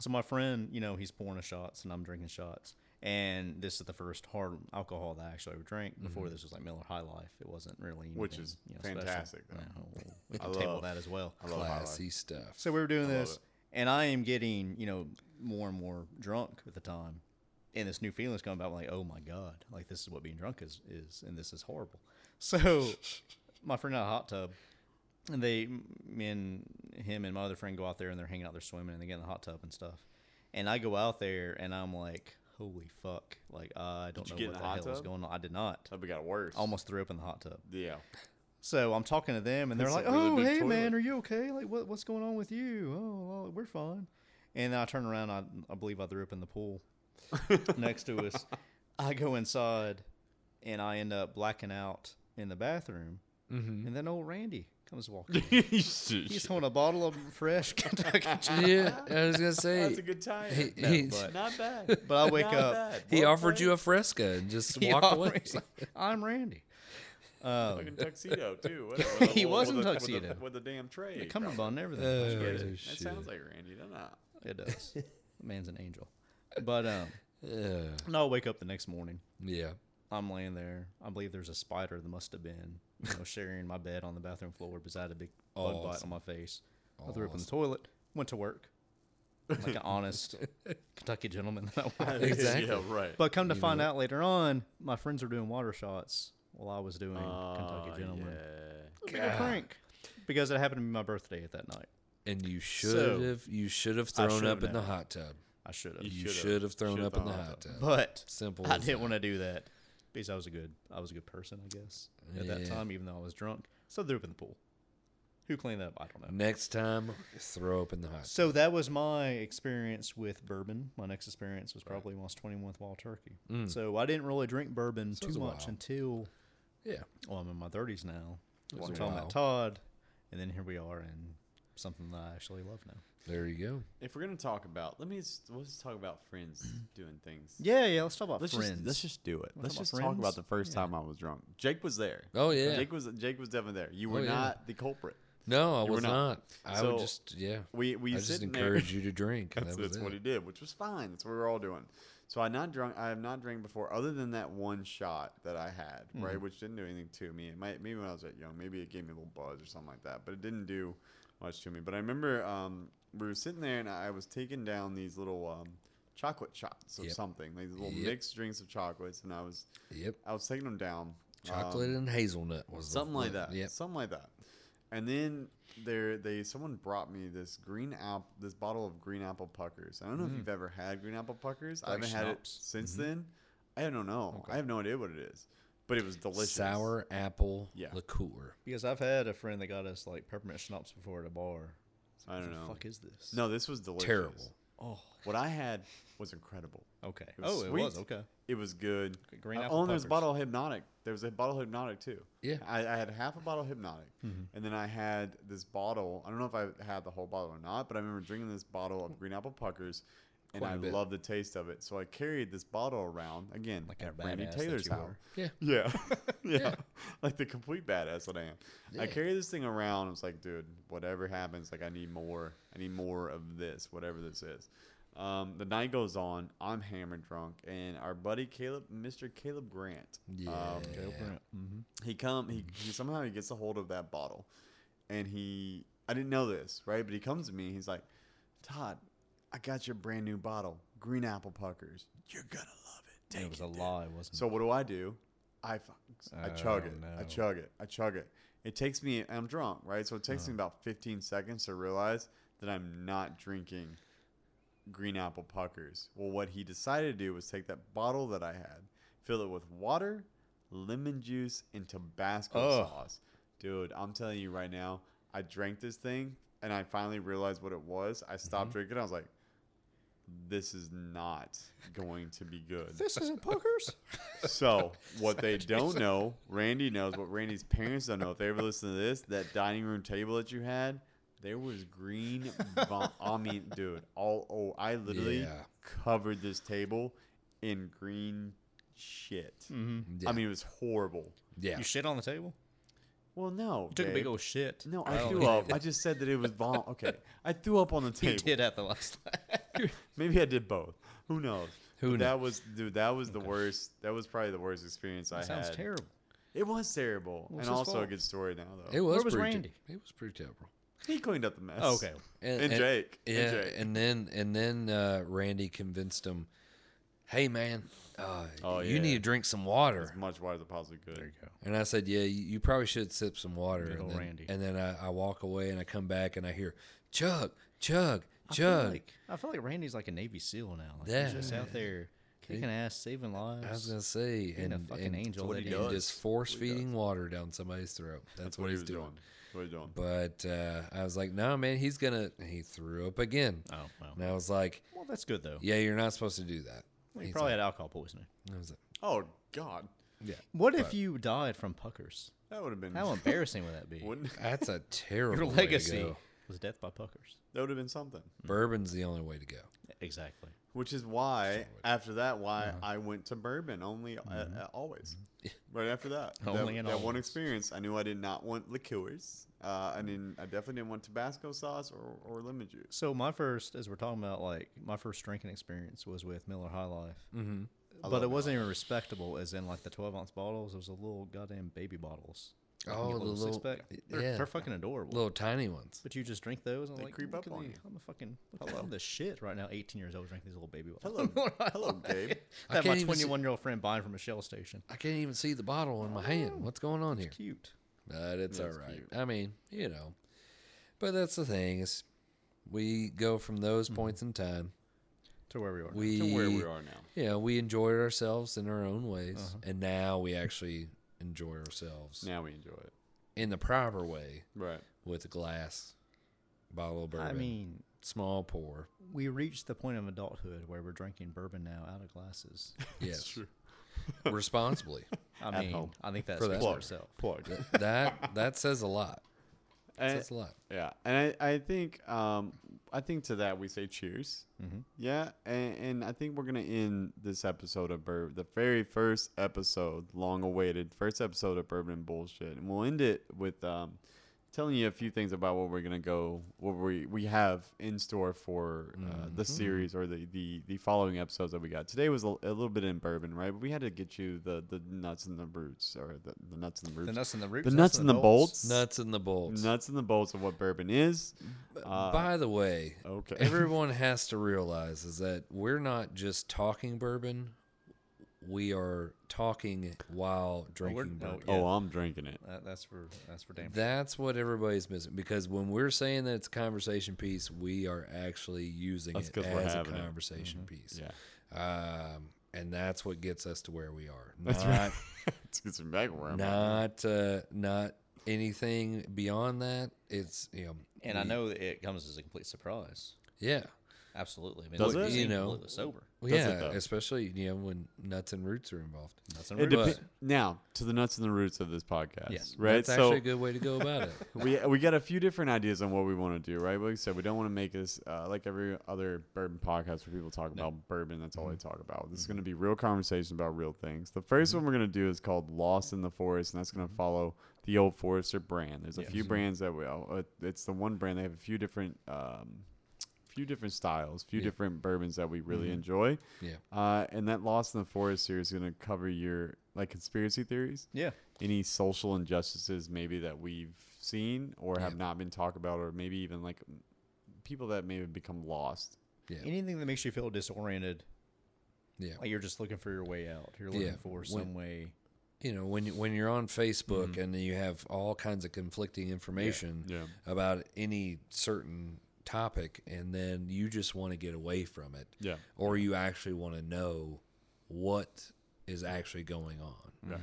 S1: So my friend, you know, he's pouring us shots and I'm drinking shots. And this is the first hard alcohol that I actually ever drank. Before this was like Miller High Life. It wasn't really
S3: Mm-hmm. Which
S1: anything,
S3: is
S1: you know, special.
S3: fantastic, though.
S1: Yeah, we'll- we
S3: I
S1: can table
S3: love-
S1: that as well.
S3: I love High Life.
S2: Classy stuff.
S1: So we were doing
S3: I love
S1: this,
S3: it.
S1: and I am getting you know more and more drunk at the time, and this new feeling's coming about. like, oh my god, like this is what being drunk is is, and this is horrible. So my friend had a hot tub, and they, me and him and my other friend go out there, and they're hanging out, they're swimming, and they get in the hot tub and stuff. And I go out there, and I'm like, holy fuck, like I don't
S3: you
S1: know
S3: get in
S1: what
S3: the
S1: the,
S3: hot
S1: hell is
S3: tub?
S1: going on. I did not.
S3: That we got worse.
S1: Almost threw up in the hot tub.
S3: Yeah.
S1: So I'm talking to them, and they're
S3: It's a
S1: like,
S3: really
S1: "Oh,
S3: big
S1: hey, man,
S3: toilet."
S1: are you okay? Like, what, what's going on with you? Oh, well, we're fine." And then I turn around, I, I believe I threw up in the pool next to us. I go inside, and I end up blacking out in the bathroom. Mm-hmm. And then old Randy comes walking. He's holding a bottle of fresh Kentucky. Gin.
S2: yeah, I was gonna say.
S3: That's a good time.
S2: he,
S1: No,
S2: he-
S1: but-
S3: Not bad.
S1: But I wake
S3: Not
S1: up.
S3: bad.
S2: he
S3: Well
S2: offered
S3: played.
S2: you a fresca and just
S1: he
S2: walked away.
S1: offers- I'm Randy. Um,
S3: fucking tuxedo too. whatever,
S1: He
S3: with a-
S1: wasn't
S3: with a-
S1: tuxedo.
S3: with a, with a damn tray.
S1: come
S3: probably.
S1: on, everything.
S2: Uh,
S3: Get it.
S2: Oh,
S3: That
S2: shit.
S3: sounds like Randy, doesn't it?
S1: It does. The man's an angel. But um,
S2: Yeah.
S1: no, I wake up the next morning.
S2: yeah.
S1: I'm laying there. I believe there's a spider that must have been, you know, sharing my bed on the bathroom floor because I had a big bug bite on
S2: Awesome.
S1: my face. I threw up in the toilet. Went to work, like an honest Kentucky gentleman that I was.
S2: Exactly.
S3: Yeah, right.
S1: But come to find out later on, my friends were doing water shots while I was doing Kentucky gentleman.
S3: Yeah.
S1: It was a big prank because it happened to be my birthday at that night.
S2: And you should have you should have thrown
S1: should
S2: up
S1: have
S2: in the
S1: known.
S2: hot tub.
S1: I should have,
S3: You
S2: You
S3: should have.
S2: should have thrown
S3: Should have
S2: up in the
S3: thrown up.
S2: hot tub.
S1: but
S2: Simple
S1: I
S2: as
S1: didn't want to do that because I was a good, I was a good person, I guess, at that
S2: Yeah.
S1: time, even though I was drunk. So I threw up in the pool. Who cleaned that up? I don't know.
S2: Next time, throw up in the hot tub.
S1: So that was my experience with bourbon. My next experience was probably when I was 21 with Wild Turkey. So I didn't really drink bourbon
S2: it's
S1: too
S2: a
S1: much
S2: while.
S1: until,
S2: Yeah.
S1: well, I'm in my 30s now.
S2: was
S1: We're
S2: a
S1: talking
S2: while.
S1: about Todd, and then here we are in something that I actually love now.
S2: There you go.
S3: If we're gonna talk about, let me just, let's just talk about friends doing things.
S1: Yeah, yeah. Let's talk about
S3: Let's
S1: friends.
S3: just let's just do it. Let's
S1: talk about
S3: just talk about
S1: friends?
S3: the first time I was drunk. Jake was there.
S2: Oh yeah.
S3: Jake was Jake was definitely there. You were
S2: Oh, yeah.
S3: not the culprit.
S2: no, I
S3: were
S2: was
S3: not.
S2: not. I would
S3: So,
S2: just yeah.
S3: We we
S2: I
S3: sit
S2: just
S3: in there-
S2: encourage you to drink.
S3: That's,
S2: that was
S3: that's
S2: it.
S3: what he did, which was fine. That's what we were all doing. So I not drunk. I have not drank before, other than that one shot that I had, right,
S2: Mm-hmm.
S3: which didn't do anything to me. It might maybe when I was that young, maybe it gave me a little buzz or something like that, but it didn't do much to me. But I remember um, we were sitting there and I was taking down these little um, chocolate shots of
S2: Yep.
S3: something, like these little
S2: Yep.
S3: mixed drinks of chocolates, and I was
S2: Yep.
S3: I was taking them down. um,
S2: Chocolate and hazelnut was the-
S3: something like
S2: the-
S3: that.
S2: Yep.
S3: Something like that. And then there, they someone brought me this green apple, this bottle of green apple puckers. I don't know if you've ever had green apple puckers. I
S1: Like
S3: haven't had it
S1: schnapps?
S3: since then. I don't know. I have no idea what it is, but it was delicious.
S2: Sour apple
S3: Yeah.
S2: liqueur.
S1: because I've had a friend that got us like peppermint schnapps before at a bar. It's
S3: I
S1: like,
S3: don't
S1: "What
S3: know.
S1: the fuck is this?
S3: No, this was delicious.
S2: Terrible.
S1: Oh,
S3: What I had was incredible.
S1: okay.
S3: It was
S1: oh, it was
S3: sweet.
S1: okay.
S3: It was good.
S1: Green
S3: Uh,
S1: apple
S3: oh, and there was a
S1: puckers.
S3: bottle of hypnotic. There was a bottle of hypnotic too.
S2: Yeah.
S3: I, I had half a bottle of hypnotic,
S1: Mm-hmm.
S3: and then I had this bottle. I don't know if I had the whole bottle or not, but I remember drinking this bottle of green apple puckers, and
S2: Quite a
S3: I
S2: bit.
S3: loved the taste of it. So I carried this bottle around again
S1: Like a
S3: at Randy
S1: badass that
S3: Taylor's
S1: you were.
S3: house.
S2: Yeah.
S3: Yeah. yeah. Like the complete badass that I am. I carry this thing around. I was like, dude, whatever happens, like I need more. I need more of this, whatever this is. Um, the night goes on. I'm hammered drunk, and our buddy Caleb, Mr. Caleb Grant, um,
S2: Yeah.
S1: Mm-hmm.
S3: he come he, he somehow he gets a hold of that bottle, and he I didn't know this right, but he comes to me. He's like, Todd, I got your brand new bottle, green apple puckers. You're gonna love it. Take
S1: It was a lie, wasn't
S3: so what do I do? I fu- I chug
S1: Oh,
S3: it. I
S1: no.
S3: chug it. I chug it. It takes me. I'm drunk, right? So it takes
S1: Uh-huh.
S3: me about 15 seconds to realize that I'm not drinking green apple puckers. Well, what he decided to do was take that bottle that I had, fill it with water, lemon juice, and Tabasco
S1: Ugh.
S3: sauce. Dude, I'm telling you right now, I drank this thing and I finally realized what it was. I stopped
S1: Mm-hmm.
S3: drinking. I was like, this is not going to be good.
S1: This isn't puckers.
S3: So what they don't know, Randy knows. What Randy's parents don't know. If they ever listen to this, that dining room table that you had, There was green, vom- I mean, dude, all oh, I literally
S2: Yeah.
S3: covered this table in green shit.
S1: Mm-hmm.
S2: Yeah.
S3: I mean, it was horrible.
S2: yeah.
S1: You shit on the table?
S3: Well, no,
S1: You took a big
S3: babe.
S1: old shit.
S3: No, I
S1: Oh.
S3: threw up. I just said that it was vom. Okay, I threw up on the
S1: You
S3: table.
S1: did at the last time.
S3: Maybe I did both. Who knows?
S2: Who
S3: But That was dude. That was the worst. That was probably the worst experience I
S1: sounds
S3: had.
S1: terrible.
S3: It was terrible,
S1: What's
S3: and
S1: his
S3: also a
S1: fault?
S3: good story now though.
S2: it was,
S1: was
S2: pretty
S1: Randy?
S2: It was pretty terrible.
S3: he cleaned up the mess.
S1: Oh, okay.
S3: And, Jake.
S2: Yeah,
S3: and Jake.
S2: and then and then uh, Randy convinced him, "Hey man, uh,
S3: Oh,
S2: you
S3: yeah.
S2: need to drink some water."
S3: as much water as I possibly could.
S1: There you go.
S2: And I said, "Yeah, you, you probably should sip some water."
S1: Good
S2: And
S1: old
S2: then,
S1: Randy.
S2: and then I, I walk away and I come back and I hear, "Chug, chug,
S1: I feel
S2: chug."
S1: like, I feel like Randy's like a Navy SEAL now. Like
S2: Yeah.
S1: he's just out there kicking ass, saving lives.
S2: I was gonna say,
S1: being
S2: and
S1: a fucking
S2: and,
S1: angel
S2: and
S1: that he is.
S2: just force feeding water down somebody's throat. That's,
S3: That's what he was
S2: doing.
S3: doing. What he was doing.
S2: But uh, I was like, "No, man, he's gonna." and he threw up again,
S1: oh well.
S2: and I was like,
S1: Well, that's good though.
S2: "Yeah, you're not supposed to do that."
S1: Well, he
S2: He's
S1: probably
S2: like-
S1: had alcohol poisoning.
S2: I was like,
S3: Oh God,
S2: "Yeah."
S1: What if you died from puckers?
S3: that would have been.
S1: How embarrassing would that be?
S3: wouldn't
S2: That's a terrible
S1: Your
S2: way to
S1: Mm. legacy Mm.
S2: go.
S1: was death by puckers.
S3: that would have been something?
S2: Bourbon's the only way to go.
S1: Exactly.
S3: Which is why after that, why
S1: Uh-huh.
S3: I went to bourbon only uh, uh, always. Right after that, That-
S1: Mm-hmm. Only
S3: that,
S1: and
S3: one
S1: always.
S3: experience, I knew I did not want liqueurs. Uh, I mean, I definitely didn't want Tabasco sauce or, or lemon juice.
S1: So my first, as we're talking about, like my first drinking experience was with Miller High Life,
S2: Mm-hmm.
S1: but it wasn't even respectable. As in, like the twelve ounce bottles, it was the little goddamn baby bottles. Like, you
S2: Oh,
S1: get a
S2: the
S1: six
S2: little-
S1: pack. They're,
S2: yeah.
S1: they're fucking adorable.
S2: Little tiny ones.
S1: But you just drink those and
S3: They
S1: like
S3: creep
S1: look
S3: up
S1: at
S3: on
S1: the-
S3: you.
S1: I'm a fucking hello this shit right now. 18 years old drinking these little baby bottles.
S3: Hello, hello, babe.
S2: I
S1: that my
S2: can't even see-
S1: 21 year old friend buying from a Shell station.
S2: I can't even see the bottle in my hand. What's going on here?
S1: Oh, Cute.
S2: But it's all
S3: That's
S2: right.
S3: cute.
S2: I mean, you know. But that's the thing is, we go from those
S1: Mm-hmm.
S2: points in time.
S1: To where we are. now.
S2: We
S3: To where we are Uh-huh. now.
S2: You know, we enjoyed ourselves in our own ways, and now we actually enjoy ourselves
S3: Now we enjoy it.
S2: in the proper way
S3: Right.
S2: with a glass bottle of bourbon,
S1: I mean,
S2: small pour.
S1: we reached the point of adulthood where we're drinking bourbon now out of glasses.
S2: Yes, responsibly.
S1: I mean,
S3: home.
S1: I think that
S2: For
S1: speaks
S2: that.
S1: for
S2: Plug.
S1: itself.
S3: Plug.
S2: that that says a lot.
S3: And-
S2: Says a lot.
S3: Yeah, and I, I think um, I think to that we say cheers.
S1: Mm-hmm.
S3: Yeah, and, and I think we're gonna end this episode of Bourbon, the very first episode, long-awaited first episode of Bourbon and Bullshit, and we'll end it with um, telling you a few things about what we're gonna go, what we we have in store for uh,
S1: Mm-hmm.
S3: the series or the, the the following episodes that we got. Today was a, a little bit in bourbon, right? But we had to get you the the nuts and the roots, or the, the nuts and the roots,
S1: The nuts and the roots.
S3: the nuts and the bolts,
S2: Nuts in the bolts.
S3: nuts and the bolts of what bourbon is. Uh,
S2: By the way,
S3: okay.
S2: everyone has to realize is that we're not just talking bourbon. We are talking while drinking
S1: no,
S2: bourbon.
S1: yeah.
S3: Oh, I'm drinking it.
S1: That, that's for that's for damn.
S2: That's what everybody's missing because when we're saying that it's a conversation piece, we are actually using
S3: That's
S2: it
S3: 'cause we're
S2: as a
S3: having it. Mm-hmm.
S2: conversation piece.
S3: Yeah.
S2: Um, and that's what gets us to where we are.
S3: That's
S2: not,
S3: right. Let's get some backworm.
S2: Not uh, not anything beyond that. It's you know,
S1: And I know that it comes as a complete surprise.
S2: yeah.
S1: Absolutely. I mean,
S3: Does
S1: look,
S3: it?
S1: you
S2: You
S1: seem
S2: know.
S1: completely sober.
S2: Well,
S3: Does it,
S2: yeah,
S3: though?
S2: especially you know when nuts and roots are involved.
S1: Nuts and
S3: It
S1: roots.
S3: depe-
S2: But-
S3: now to the nuts and the roots of this podcast.
S1: Yes.
S3: Right.
S2: That's
S3: so
S2: actually a good way to go about it.
S3: we we got a few different ideas on what we want to do. Right. Like I said, we don't want to make this uh, like every other bourbon podcast where people talk about bourbon. That's all they talk about. This is going to be real conversation about real things. The 1st one we're going to do is called Lost in the Forest, and that's going to follow the Old Forester brand. There's a few brands that we. Uh, it's the one brand they have a few different. Um, few different styles, few different bourbons that we really enjoy.
S2: Yeah.
S3: Uh, and that Lost in the Forest series is going to cover your like conspiracy theories,
S1: Yeah.
S3: any social injustices maybe that we've seen or have
S2: Yeah.
S3: not been talked about, or maybe even like m- people that maybe become lost.
S2: Yeah.
S1: Anything that makes you feel disoriented,
S2: Yeah.
S1: like you're just looking for your way out. You're looking
S2: Yeah.
S1: for
S2: When-
S1: some way.
S2: you know when you, when you're on Facebook
S3: Mm-hmm.
S2: and you have all kinds of conflicting information
S3: Yeah.
S2: about any certain topic, and then you just want to get away from it,
S3: Yeah.
S2: or you actually want to know what is actually going on.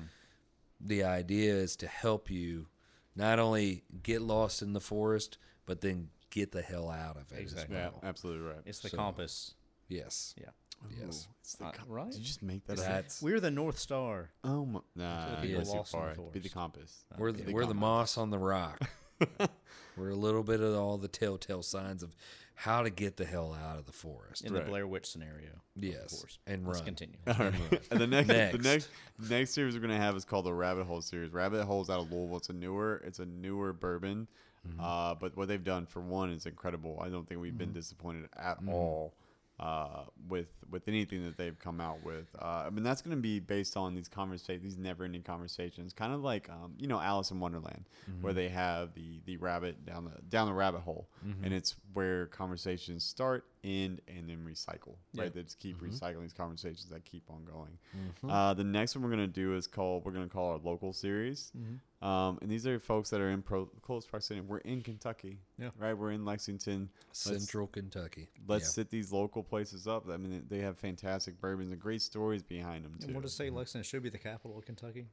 S2: The idea is to help you not only get lost in the forest, but then get the hell out of it. as
S1: Exactly.
S3: Yeah.
S2: well.
S3: Absolutely right.
S1: It's the
S2: So-
S1: compass.
S2: Yes.
S1: Yeah.
S2: Yes.
S3: Ooh, it's the
S1: Uh,
S3: com-
S1: right?
S3: Did you just make that up?
S2: That's
S1: We're the North Star.
S3: Oh my. Nah,
S1: people
S3: that's too
S1: lost in the
S3: far. It'd Be the
S1: forest.
S3: compass.
S2: we're the,
S3: Big
S2: we're the
S3: compass.
S2: moss on the rock. We're a little bit of all the telltale signs of how to get the hell out of the forest.
S1: in
S3: Right.
S1: the Blair Witch scenario.
S2: Yes,
S1: course.
S2: and
S1: Let's
S2: run.
S1: continue.
S3: and the next, the
S2: Next.
S3: next next series we're gonna have is called the Rabbit Hole series. Rabbit Hole's out of Louisville. It's a newer it's a newer bourbon. Uh, but what they've done for one is incredible. I don't think we've been disappointed at all uh, with with anything that they've come out with. Uh, I mean that's gonna be based on these conversations, these never ending conversations, kind of like um, you know Alice in Wonderland, where they have the the rabbit down the down the rabbit hole,
S2: Mm-hmm.
S3: and it's where conversations start, end, and then recycle. Right, they just keep
S2: Mm-hmm.
S3: recycling these conversations that keep on going. Uh, the next one we're gonna do is called we're gonna call our local series,
S2: Mm-hmm.
S3: um, and these are folks that are in pro- close proximity. We're in Kentucky,
S1: Yeah.
S3: right? We're in Lexington. Let's-
S2: Central Kentucky.
S3: Let's
S2: Yeah.
S3: sit these local places up. I mean, they have fantastic bourbons and great stories behind them
S1: And
S3: too.
S1: we'll just say Lexington should be the capital of Kentucky.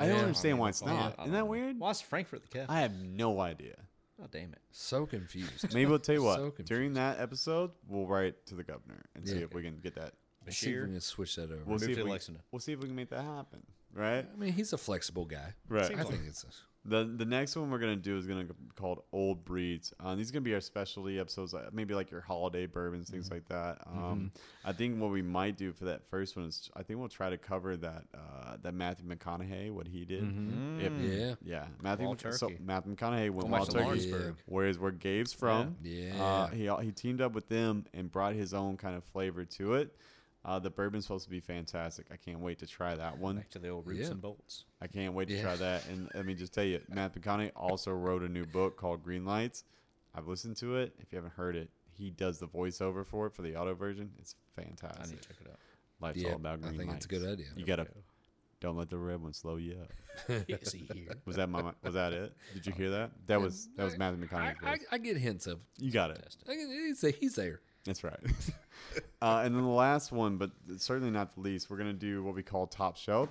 S3: I don't
S2: Oh, Yeah.
S3: understand why it's
S1: I mean,
S3: not.
S1: I
S3: Isn't
S1: don't
S3: that
S1: know.
S3: weird?
S1: Why is Frankfurt the capital?
S3: I have no idea.
S1: oh, damn it.
S2: so confused.
S3: Maybe we'll tell you what.
S2: So
S3: during that episode, we'll write to the governor and see
S2: Yeah.
S3: if we can get that.
S2: Let's see if
S1: Bashir.
S2: we can switch that over.
S3: We'll
S1: Move
S3: see if
S1: to
S3: we,
S1: Lexington.
S3: we'll see if we can make that happen. Right.
S2: I mean, he's a flexible guy.
S3: Right.
S2: I
S1: Seems like
S2: think it's. A,
S3: The the next one we're gonna do is gonna be called Old Breeds. Uh, these are gonna be our specialty episodes, like maybe like your holiday bourbons,
S1: Mm-hmm.
S3: things like that. Um, I think what we might do for that first one is I think we'll try to cover that uh, that Matthew McConaughey, what he did. If-
S1: Hmm.
S2: Yeah.
S3: yeah,
S1: Mm-hmm.
S3: Matthew.
S1: Wild
S3: Mc- so
S1: Turkey.
S3: Matthew McConaughey went
S1: Go
S3: wild
S1: watch the
S3: turkey.
S1: Lawrenceburg.
S3: Whereas where Gabe's from,
S2: Yeah.
S3: uh, he he teamed up with them and brought his own kind of flavor to it. Uh, the bourbon's supposed to be fantastic. I can't wait to try that one.
S1: Back to the old roots
S2: Yeah.
S1: and bolts.
S3: I can't wait to
S2: Yeah.
S3: try that. And let me just tell you, Matt McConaughey also wrote a new book called Green Lights. I've listened to it. If you haven't heard it, he does the voiceover for it for the auto version. It's
S1: I need
S3: fantastic.
S1: to check it out.
S3: Life's
S2: Yeah,
S3: all about
S2: I
S3: green
S2: think
S3: lights.
S2: it's a good idea.
S3: You gotta don't let the red one slow you up.
S1: Is he here?
S3: Was that my was that it? Did you hear that? That was that was Matthew
S2: I,
S3: McConaughey's
S2: I,
S3: voice.
S2: I get hints of.
S3: You got it.
S2: I can, he's, there- he's there.
S3: That's right. uh, and then the last one, but certainly not the least, we're going to do what we call Top Shelf.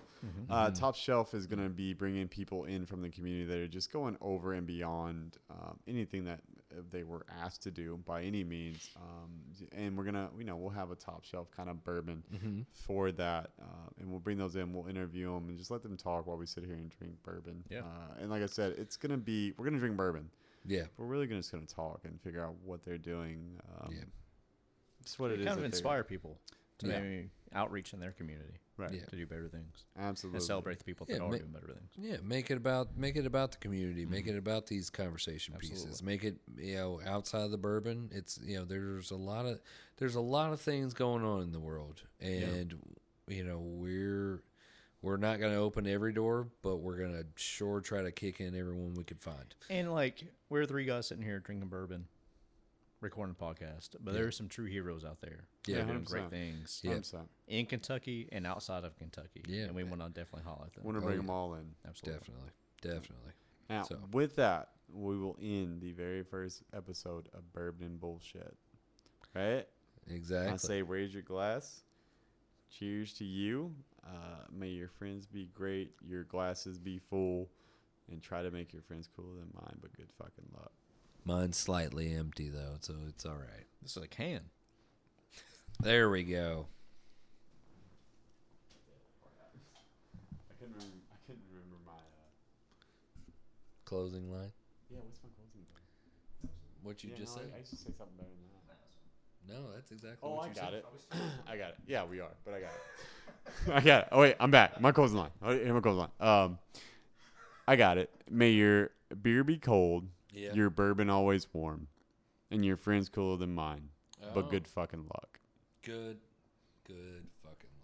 S3: Uh, Top Shelf is going to be bringing people in from the community that are just going over and beyond um, anything that uh, they were asked to do by any means. Um, and we're going to, you know, we'll have a Top Shelf kind of bourbon for that. Uh, and we'll bring those in, we'll interview them, and just let them talk while we sit here and drink bourbon.
S1: Yeah.
S3: Uh, and like I said, it's going to be, we're going to drink bourbon.
S2: Yeah.
S3: We're really gonna just going to talk and figure out what they're doing. Um,
S2: Yeah.
S3: It's what
S1: It
S3: it is.
S1: kind
S3: that
S1: of
S3: they're-
S1: inspire people to
S2: Yeah.
S1: maybe outreach in their community
S3: Right.
S2: Yeah.
S1: to do better things
S3: Absolutely.
S1: and celebrate the people that
S2: Yeah,
S1: are
S2: ma-
S1: doing better things.
S2: Yeah, make it about make it about the community. Make it about these conversation pieces.
S1: Hmm. Absolutely.
S2: Make it you know outside of the bourbon. It's you know there's a lot of there's a lot of things going on in the world, and you know we're we're not going to open every door, but we're going to sure try to kick in everyone we can find.
S1: And like we're three guys sitting here drinking bourbon, recording a podcast, but there are some true heroes out there.
S2: Yeah,
S1: They're doing
S3: 100%.
S1: great things
S2: Yeah.
S3: 100%.
S1: in Kentucky and outside of Kentucky.
S2: Yeah,
S1: and we want to definitely holler at them.
S3: Want to bring them all in.
S1: Absolutely.
S2: Definitely, definitely.
S3: Now,
S2: Oh, So-
S3: with that, we will end the very first episode of Bourbon and Bullshit. Right?
S2: Exactly.
S3: I say, raise your glass. Cheers to you. Uh, may your friends be great. Your glasses be full. And try to make your friends cooler than mine, but good fucking luck.
S2: Mine's slightly empty though, so it's all right.
S1: This is a can.
S2: There we go.
S3: I couldn't remember, I couldn't remember my. Uh,
S2: Closing line.
S3: yeah, what's my closing? bell?
S2: What you
S3: Yeah,
S2: just
S3: no, I-
S2: said?
S3: I, used to say something better than that.
S2: no, that's exactly.
S3: Oh,
S2: what
S3: I
S2: you
S3: got
S2: said.
S3: it. I got it. Yeah, we are, but I got it. I got it. Oh wait, I'm back. My closing line. Oh, here my closing line. Um, I got it. May your beer be cold,
S2: Yeah.
S3: your bourbon always warm, and your friends cooler than mine.
S2: Oh.
S3: But good fucking luck.
S2: Good, good fucking